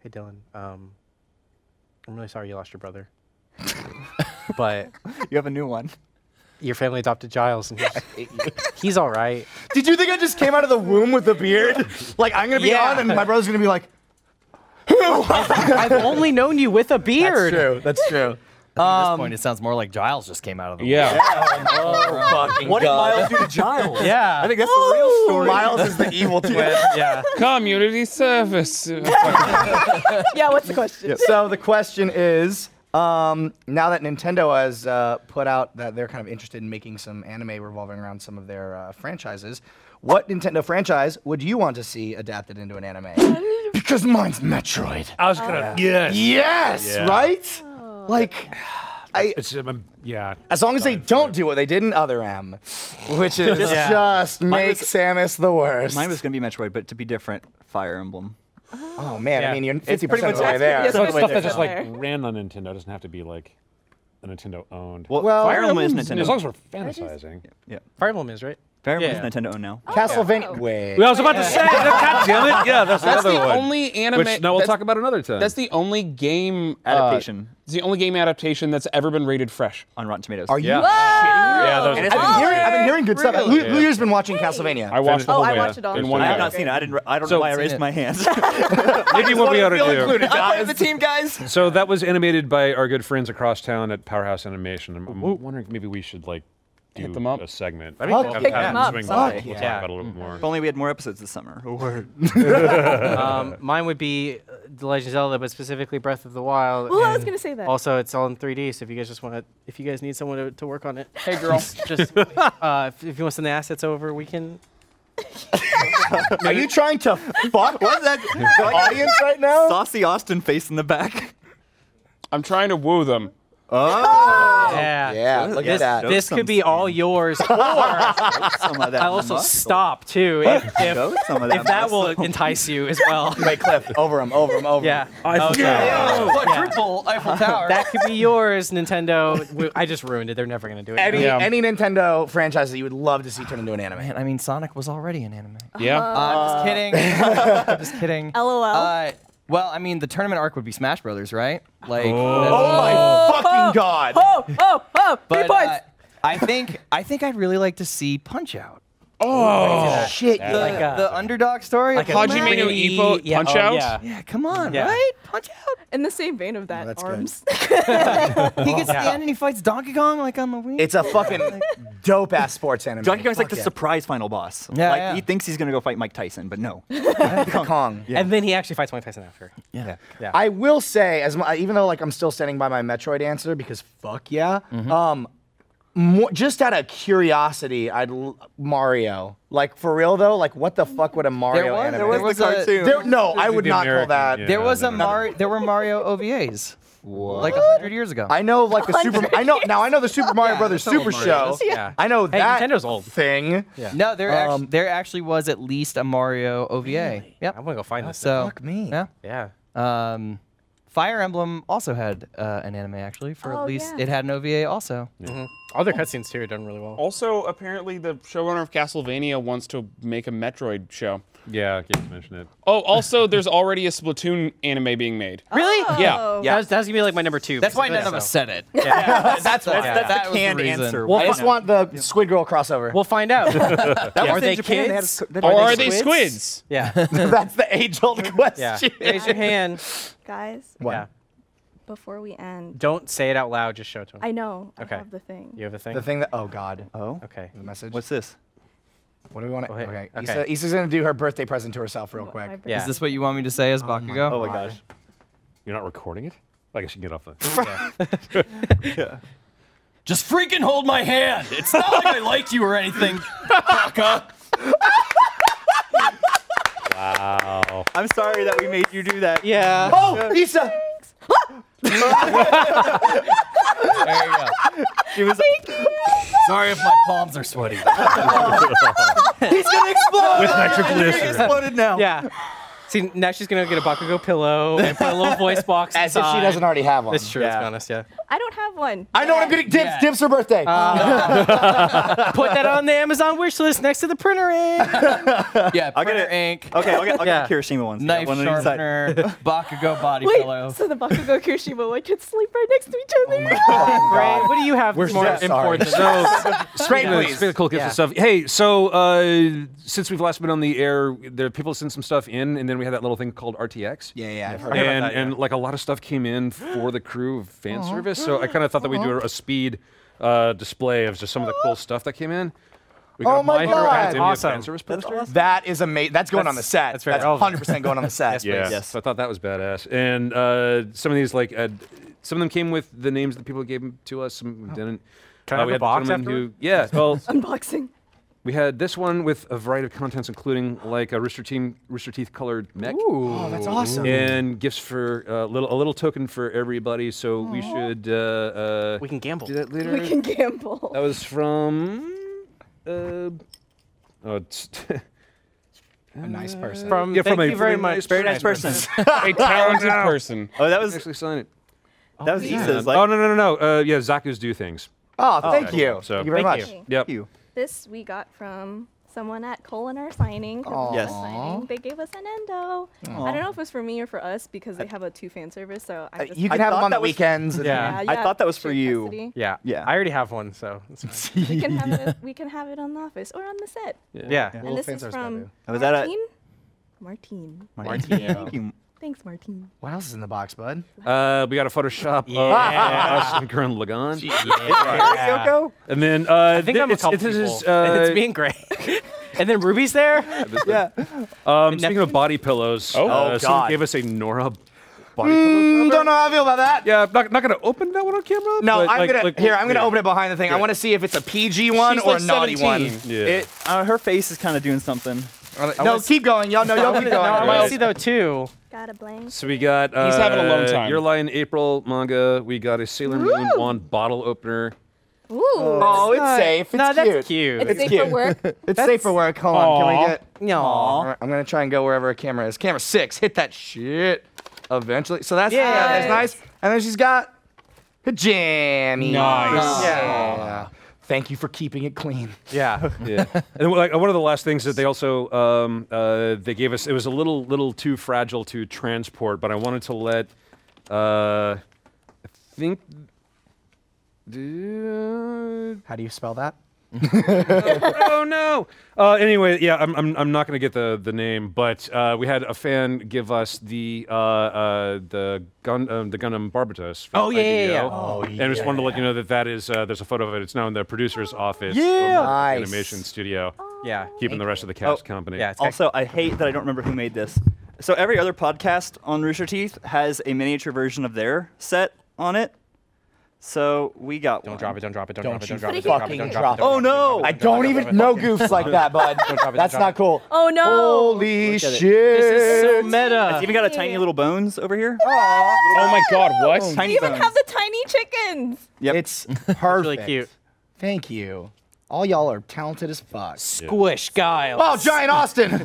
Hey Dylan, um, I'm really sorry you lost your brother, but
You have a new one.
your family adopted Giles, and he's, he's all right.
Did you think I just came out of the womb with a beard? Like I'm gonna be
Yeah.
on, and my brother's gonna be like,
I've only known you with a beard.
true, that's true. Um,
At this point, it sounds more like Giles just came out of the
Yeah.
Fucking
What did
God.
Miles do to Giles?
Yeah.
I think that's the real story.
Oh. Miles is the evil twin.
yeah.
Community service.
yeah, what's the question?
So the question is, um, now that Nintendo has uh, put out that they're kind of interested in making some anime revolving around some of their uh, franchises, what Nintendo franchise would you want to see adapted into an anime? because mine's Metroid.
I was gonna. Yes.
Yes,
Yeah.
right? Like, I,
It's um, yeah.
as long as they don't do what they did in Other M, which is
Yeah.
just make
was-
Samus the worst.
Mine was gonna be Metroid, but to be different, Fire Emblem.
oh man, I
Yeah.
mean you're
It's
50
pretty
percent
much
that's
of the way there.
pretty-
So
So
it's
it's
stuff
like
that just like
different.
ran on Nintendo doesn't have to be like a Nintendo owned.
Well,
Well,
Fire Emblem is
as long
Nintendo.
as we're fantasizing.
Yeah,
Fire Emblem is right.
Fire Emblem
Yeah.
is Nintendo owned now.
Oh. Castlevania. Wait.
I was about to say. God damn it! Yeah, that's,
That's
another
the
one.
only anime.
Which now we'll
that's-
talk about another time.
That's the only game uh,
Adaptation.
it's the only game adaptation that's ever been rated fresh.
On Rotten Tomatoes.
Are you?
Yeah. yeah, that
And
was the
it's-
I've been, hearing, I've been hearing good stuff. Lu-
Yeah.
Luya's been watching Castlevania.
I watched the
Oh,
whole
I
way
watched it all.
in one
I have
go.
not seen it. I didn't. I don't
So-
know why I
Seen
raised
it.
my hands.
maybe what we ought to do.
I'm of the team, guys.
So that was animated by our good friends across town at Powerhouse Animation. I'm, I'm wondering if maybe we should like do
Hit them up.
a segment.
That'd be
Have-
cool.
pick
have
them
them
up.
swing
Fuck
by. We'll
yeah.
talk about it a little more.
If only we had more episodes this summer.
Um, mine would be uh, The Legend of Zelda, but specifically Breath of the Wild.
Well, I was
and
gonna say that.
Also, it's all in 3D, so if you guys just want to, if you guys need someone to, to work on it,
Hey, girl.
just uh, if, if you want to send the assets over, we can.
Are you trying to fuck
What is that?
the audience right now?
Saucy Austin face in the back.
I'm trying to woo them.
Oh.
yeah.
Oh. Yeah, look
This,
at that.
this could be all yours. Or I
Some of that
also
muscle.
stop too if, if,
Show some of that.
if that will
muscle.
entice you as well.
Wait, Cliff, over him, over him, over
Yeah.
him.
Okay.
Triple Eiffel Tower.
That could be yours, Nintendo. W- I just ruined it. They're never gonna do it.
Any,
Yeah.
any Nintendo franchise that you would love to see turn into an anime.
Man, I mean, Sonic was already an anime.
Yeah.
Uh-huh. Uh.
I'm just kidding. I'm just kidding.
LOL.
Uh, well, I mean, the tournament arc would be Smash Brothers, right? Like,
Oh
oh.
my fucking god.
Oh, oh, oh, three
but
points.
uh, I think I think I'd really like to see Punch Out.
Oh, Shit,
The,
yeah.
Like uh, a-
the underdog story. Like
Hajime no Ippo
yeah,
Punch
oh,
Out?
Yeah.
Yeah, come on,
Yeah.
right? Punch Out.
In the same vein of that,
that's good.
arms.
He gets to the end and he fights Donkey Kong like on the Wii.
It's a fucking dope ass sports anime.
Donkey Kong's like
Fuck
the
yeah.
surprise final boss.
Yeah,
like
yeah.
he thinks he's gonna go fight Mike Tyson, but no.
Kong.
And then he actually fights Mike Tyson after.
yeah.
I will say, as my, even though like I'm still standing by my Metroid answer because fuck yeah, um, more, just out of curiosity, I'd l- Mario. Like for real though, like what the fuck would a Mario
was-
anime?
there was
the
a-
cartoon.
There- no, I would
the
not
American,
call that.
yeah.
There was a
no, no.
Mario. There were Mario OVAs. Like a hundred years ago.
I know like the Super. I know now. I know the Super Mario Brothers Super Show.
Yeah.
I know
Hey,
that
Nintendo's old.
thing.
no, there
Um,
actually, there actually was at least a Mario OVA. Yep.
I'm gonna go find this.
So
Fuck me.
Yeah.
yeah.
Um, Fire Emblem also had uh, an anime actually for
Oh,
at least
yeah.
it had an OVA also.
Mm-hmm.
All their cutscenes too are done really well.
Also, apparently, the showrunner of Castlevania wants to make a Metroid show.
Yeah, I can't mention it.
Oh, also, there's already a Splatoon anime being made.
Really?
Yeah.
That was, that was gonna be like my number two. basically, so.
said it.
that's
why-
that's
that
the
was the
canned
reason.
answer.
I just want the Squid Girl crossover.
We'll find out. are they kids?
Or are they squids?
yeah.
That's the age old
Yeah.
question.
Raise your hand.
Guys,
What?
Yeah.
before we end,
Don't say it out loud. Just show it to him.
I know
Okay.
I have the thing.
you have a thing.
The thing that oh god. Oh.
Okay.
The message.
What's this?
What do we want to?
ahead.
Okay.
Okay.
Issa, Issa's gonna do her birthday present to herself real
What,
quick.
my
Yeah.
Is this what you want me to say as Bakugo?
Oh my gosh.
You're not recording it. I guess you can get off the.
Just freaking hold my hand. It's not like I liked you or anything.
Wow.
I'm sorry that we made you do that.
Yeah.
Oh, Issa.
There you go.
She was
Sorry if my palms are sweaty.
He's gonna explode.
With nitroglycerin.
exploded now.
Yeah. See, now she's gonna get a Bakugo pillow and put a little voice box.
As if she
inside.
doesn't already have one.
That's true. Let's be honest. Yeah.
I don't have one.
I know what I'm getting. Dips. Dips her birthday.
Uh, Put that on the Amazon wish list next to the printer ink.
Yeah,
I'll get
printer
it.
ink,
Okay, I'll get, I'll
Yeah.
get Kirishima ones.
knife
one on each side.
sharpener, Bakugo body
Wait,
pillow.
so the Bakugo Kirishima one could sleep right next to each
Oh
other.
Great. What do you have?
We're
that's more
so sorry.
important.
So, straight
please.
yeah. cool kids
Yeah.
and stuff. Hey, so uh, since we've last been on the air, there people sent some stuff in, and then we had that little thing called RTX.
yeah, yeah. I've heard
and and like a lot of stuff came in for the crew of fan service. So I kind of thought that we'd do a, a speed uh, display of just some of the cool stuff that came in. We got
Oh
a
my
Hero
God.
Academia
Awesome.
fan service poster.
That is amazing. That's going on the
That's-
set.
that's
That's,
very relevant.
100% going on the set.
Yeah.
Yes.
So I thought that was badass. And uh, some of these, like, uh, some of them came with the names that people gave 'em to us. Some didn't.
Oh. Can I
Uh,
have
we
a
had
box
gentleman who,
afterward?
yeah. Well,
Unboxing.
we had this one with a variety of contents, including like a rooster team, rooster teeth colored mech.
Oh, that's awesome.
And gifts for uh, little a little token for everybody. So we should uh, uh,
We can gamble.
do that later.
We can gamble.
That was from. Uh, oh, it's
A nice person.
From
Yeah, from
thank
a-
you very
from a
much.
Very nice person.
a talented person.
oh, that was
actually sign it.
that was Issa's. Like,
oh no no no no. Uh, yeah, Zaku's do things.
oh, thank
cool.
you.
So-
thank you very
Thank
much.
you.
Yep.
you.
This we got from someone at Colinar signing. 'cause we
Yes.
were signing. They gave us an endo. I don't know if it was for me or for us because they have a two fan service. So I
Uh,
just
You can
I
have
thought
them on the
that was-
weekends. and-
Yeah.
I thought that was for
shared
you.
custody.
Yeah.
Yeah.
I already have one, so it's fine.
We can have it. We can have it on the office or on the set.
yeah.
And this
fan
is
service
from
menu.
Oh, is that a-
Martine. Martine.
Thank you.
Thanks, Martine.
What else is in the box, bud?
Uh, we got a Photoshop of
Yeah.
us and Gurren Lagann.
Yeah.
And then uh,
I think I'm a couple
this
people.
is uh,
it's me and Gray. and then Ruby's there.
Yeah.
um, speaking of body pillows.
Oh.
uh,
Oh,
someone
God.
gave us a Nora body pillow.
Mm, Don't know how I feel about that.
Yeah, I'm not, not gonna open that one on camera.
No,
but,
I'm
like-
gonna
like,
here. I'm gonna
yeah.
open it behind the thing. I want to see if it's a PG one
She's
or
like
a naughty
17.
one.
Yeah.
It, uh, her face is kind of doing something.
No, keep going, y'all. No, y'all keep
No, I
going.
want
Right.
to see though too.
Got a blank.
so we got. Uh,
He's having a long time.
Your Lion April manga. We got a Sailor Moon
Woo!
wand bottle opener.
Ooh.
Oh, it's safe. It's
no,
cute.
that's cute.
It's safe for work.
It's safe for work. Hold on. Can
Aw.
we get?
No.
All right, I'm gonna try and go wherever a camera is. Camera six, hit that shit. Eventually, so that's
Yeah.
yeah, that's nice. And then she's got her jammies.
Nice.
Yeah. Thank you for keeping it clean.
Yeah.
yeah. And like one of the last things that they also um, uh, they gave us it was a little little too fragile to transport, but I wanted to let uh, I think. Dude.
How do you spell that?
oh no. Uh, anyway, yeah, I'm, I'm, I'm not gonna get the, the name, but uh, we had a fan give us the uh, uh, the gun um, the Gundam Barbatos. from
Oh, yeah, yeah, yeah.
IDEO.
Oh,
and I just wanted to let you know that that is uh, there's a photo of it. It's now in the producer's office.
Yeah.
from the
Nice.
Animation studio.
Yeah. Oh,
Keeping the rest of the cast company.
Yeah. It's
Also, I hate that I don't remember who made this. So every other podcast on Rooster Teeth has a miniature version of their set on it. So we got
Don't
one.
drop it. Don't drop it. Don't, drop it. Don't drop it.
freaking
Don't drop it.
fucking
Don't drop it.
drop
it. Oh, no.
I don't even know goofs like that, bud.
drop it, don't
That's
drop
not
it.
cool.
Oh no.
Holy
Look at it.
shit!
This is so
It's
meta.
even got a tiny little bones over here.
Oh my God! What?
we
Tiny
even
bones.
have the tiny chickens.
Yep.
It's perfect.
Really cute.
Thank you. All y'all are talented as fuck.
Squish, Guile.
Oh, Giant Austin! Way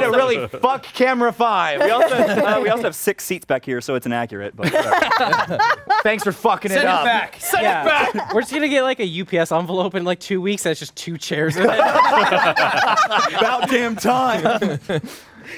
to really fuck camera
we
five.
also uh, we also have six seats back here, so it's inaccurate. But whatever.
Thanks for fucking it up.
Send it back. We're just gonna get like a UPS envelope in like two weeks. That's just two chairs in it.
About damn time.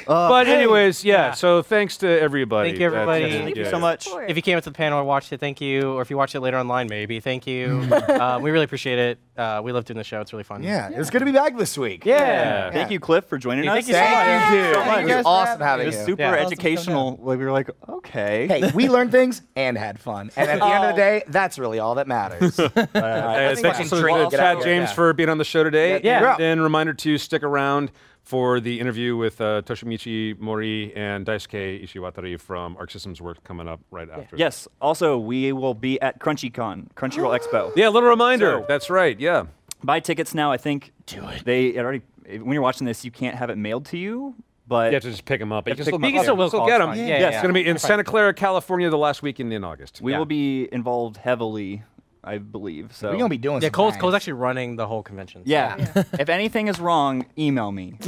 but anyways, yeah, So thanks to everybody.
Thank you,
That's-
everybody.
yeah.
Thank you so much.
Sure.
If you came up to the panel or watched it, thank you. Or if you watch it later online, maybe thank you. uh, we really appreciate it. Uh, we love doing the show. It's really fun.
Yeah, it's gonna be back this week.
Yeah.
Thank you, Cliff, for joining us.
Thank you so much.
Thank you, dude.
so much.
It was awesome
It
having
was
you.
super
Yeah.
educational. Like we were like, okay.
Hey, we learned things and had fun, and at the end of the day, that's really all that matters.
Uh, thanks
fucking
also
drink.
to
Get out
Chad
of here.
James for being on the show today.
Yeah.
And then reminder to stick around for the interview with uh, Toshimichi Mori and Daisuke Ishiwatari from Arc Systems Work coming up right after.
Yes. Also, we will be at CrunchyCon, Crunchyroll Expo.
Yeah, little reminder.
So-
That's right. Yeah.
buy tickets now. I think do it. They it already. When you're watching this, you can't have it mailed to you. But
You have to just pick them up. uh, You can
pick
still,
'em up.
you can still,
Yeah.
still get them.
Yeah,
yes,
yeah,
it's going to be in Santa Clara, California, the last weekend in August.
we will be involved heavily, I believe. So
We're gonna be doing.
Yeah,
some
Cole's,
things.
Cole's actually running the whole convention. so-
Yeah. if anything is wrong, email me.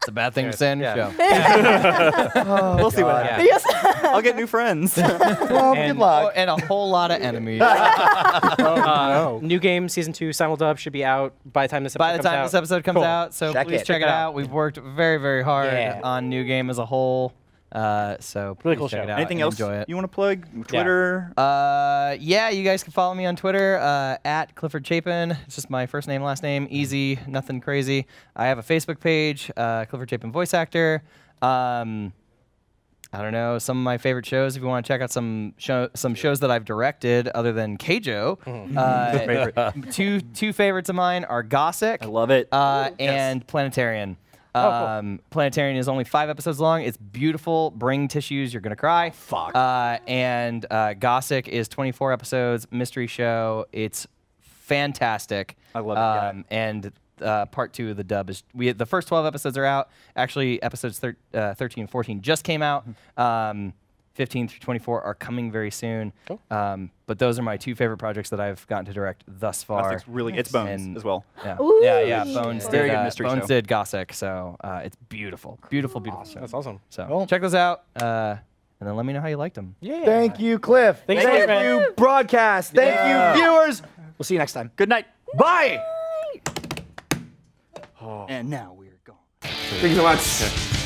It's a bad thing to say on your
Yeah.
show.
we'll see what
Yeah.
happens. I'll get new friends.
Well,
and,
good luck.
and a whole lot of enemies. Oh,
Uh, New game season two simul dub should be out by the time this
By
episode
the
comes
time
out.
this episode comes
Cool.
out, so
Check
please
it.
check it out. We've worked very, very hard
Yeah.
on new game as a whole. Uh, so please
cool
check
show.
it out.
Anything
and
else
Enjoy it.
you want to plug? Twitter.
Uh, yeah, you guys can follow me on Twitter uh, at Clifford Chapin. It's just my first name, last name, easy, nothing crazy. I have a Facebook page, uh, Clifford Chapin voice actor. Um, I don't know some of my favorite shows. If you want to check out some show, some shows that I've directed other than Keijo,
Mm-hmm.
uh, two two favorites of mine are Gossick.
I love it. Oh,
Uh, and Planetarian. Um, Planetarian is only five episodes long. It's beautiful. Bring tissues. You're gonna
Oh,
cry. Fuck. Uh, and uh, Gossick is 24 episodes. Mystery show. It's fantastic.
I love it, yeah.
Um, and uh, part two of the dub is we the first 12 episodes are out. Actually, episodes thir- uh, 13 and 14 just came out.
Hmm.
Um, 15 through 24 are coming very soon. Um, but those are my two favorite projects that I've gotten to direct thus far.
It's really it's bones
And-
as well.
Yeah.
Ooh.
yeah, yeah. Bones did,
Very good
uh,
mystery
Bones
show.
did Gossick, so uh, it's beautiful, beautiful, beautiful. show.
That's awesome.
So check those out, uh, and then let me know how you liked them.
Yeah.
Thank you, Cliff.
Thanks,
Thank
man.
you, broadcast. Thank you, viewers. We'll see you next time.
Good night.
Bye.
And now we're gone.
Thanks so much.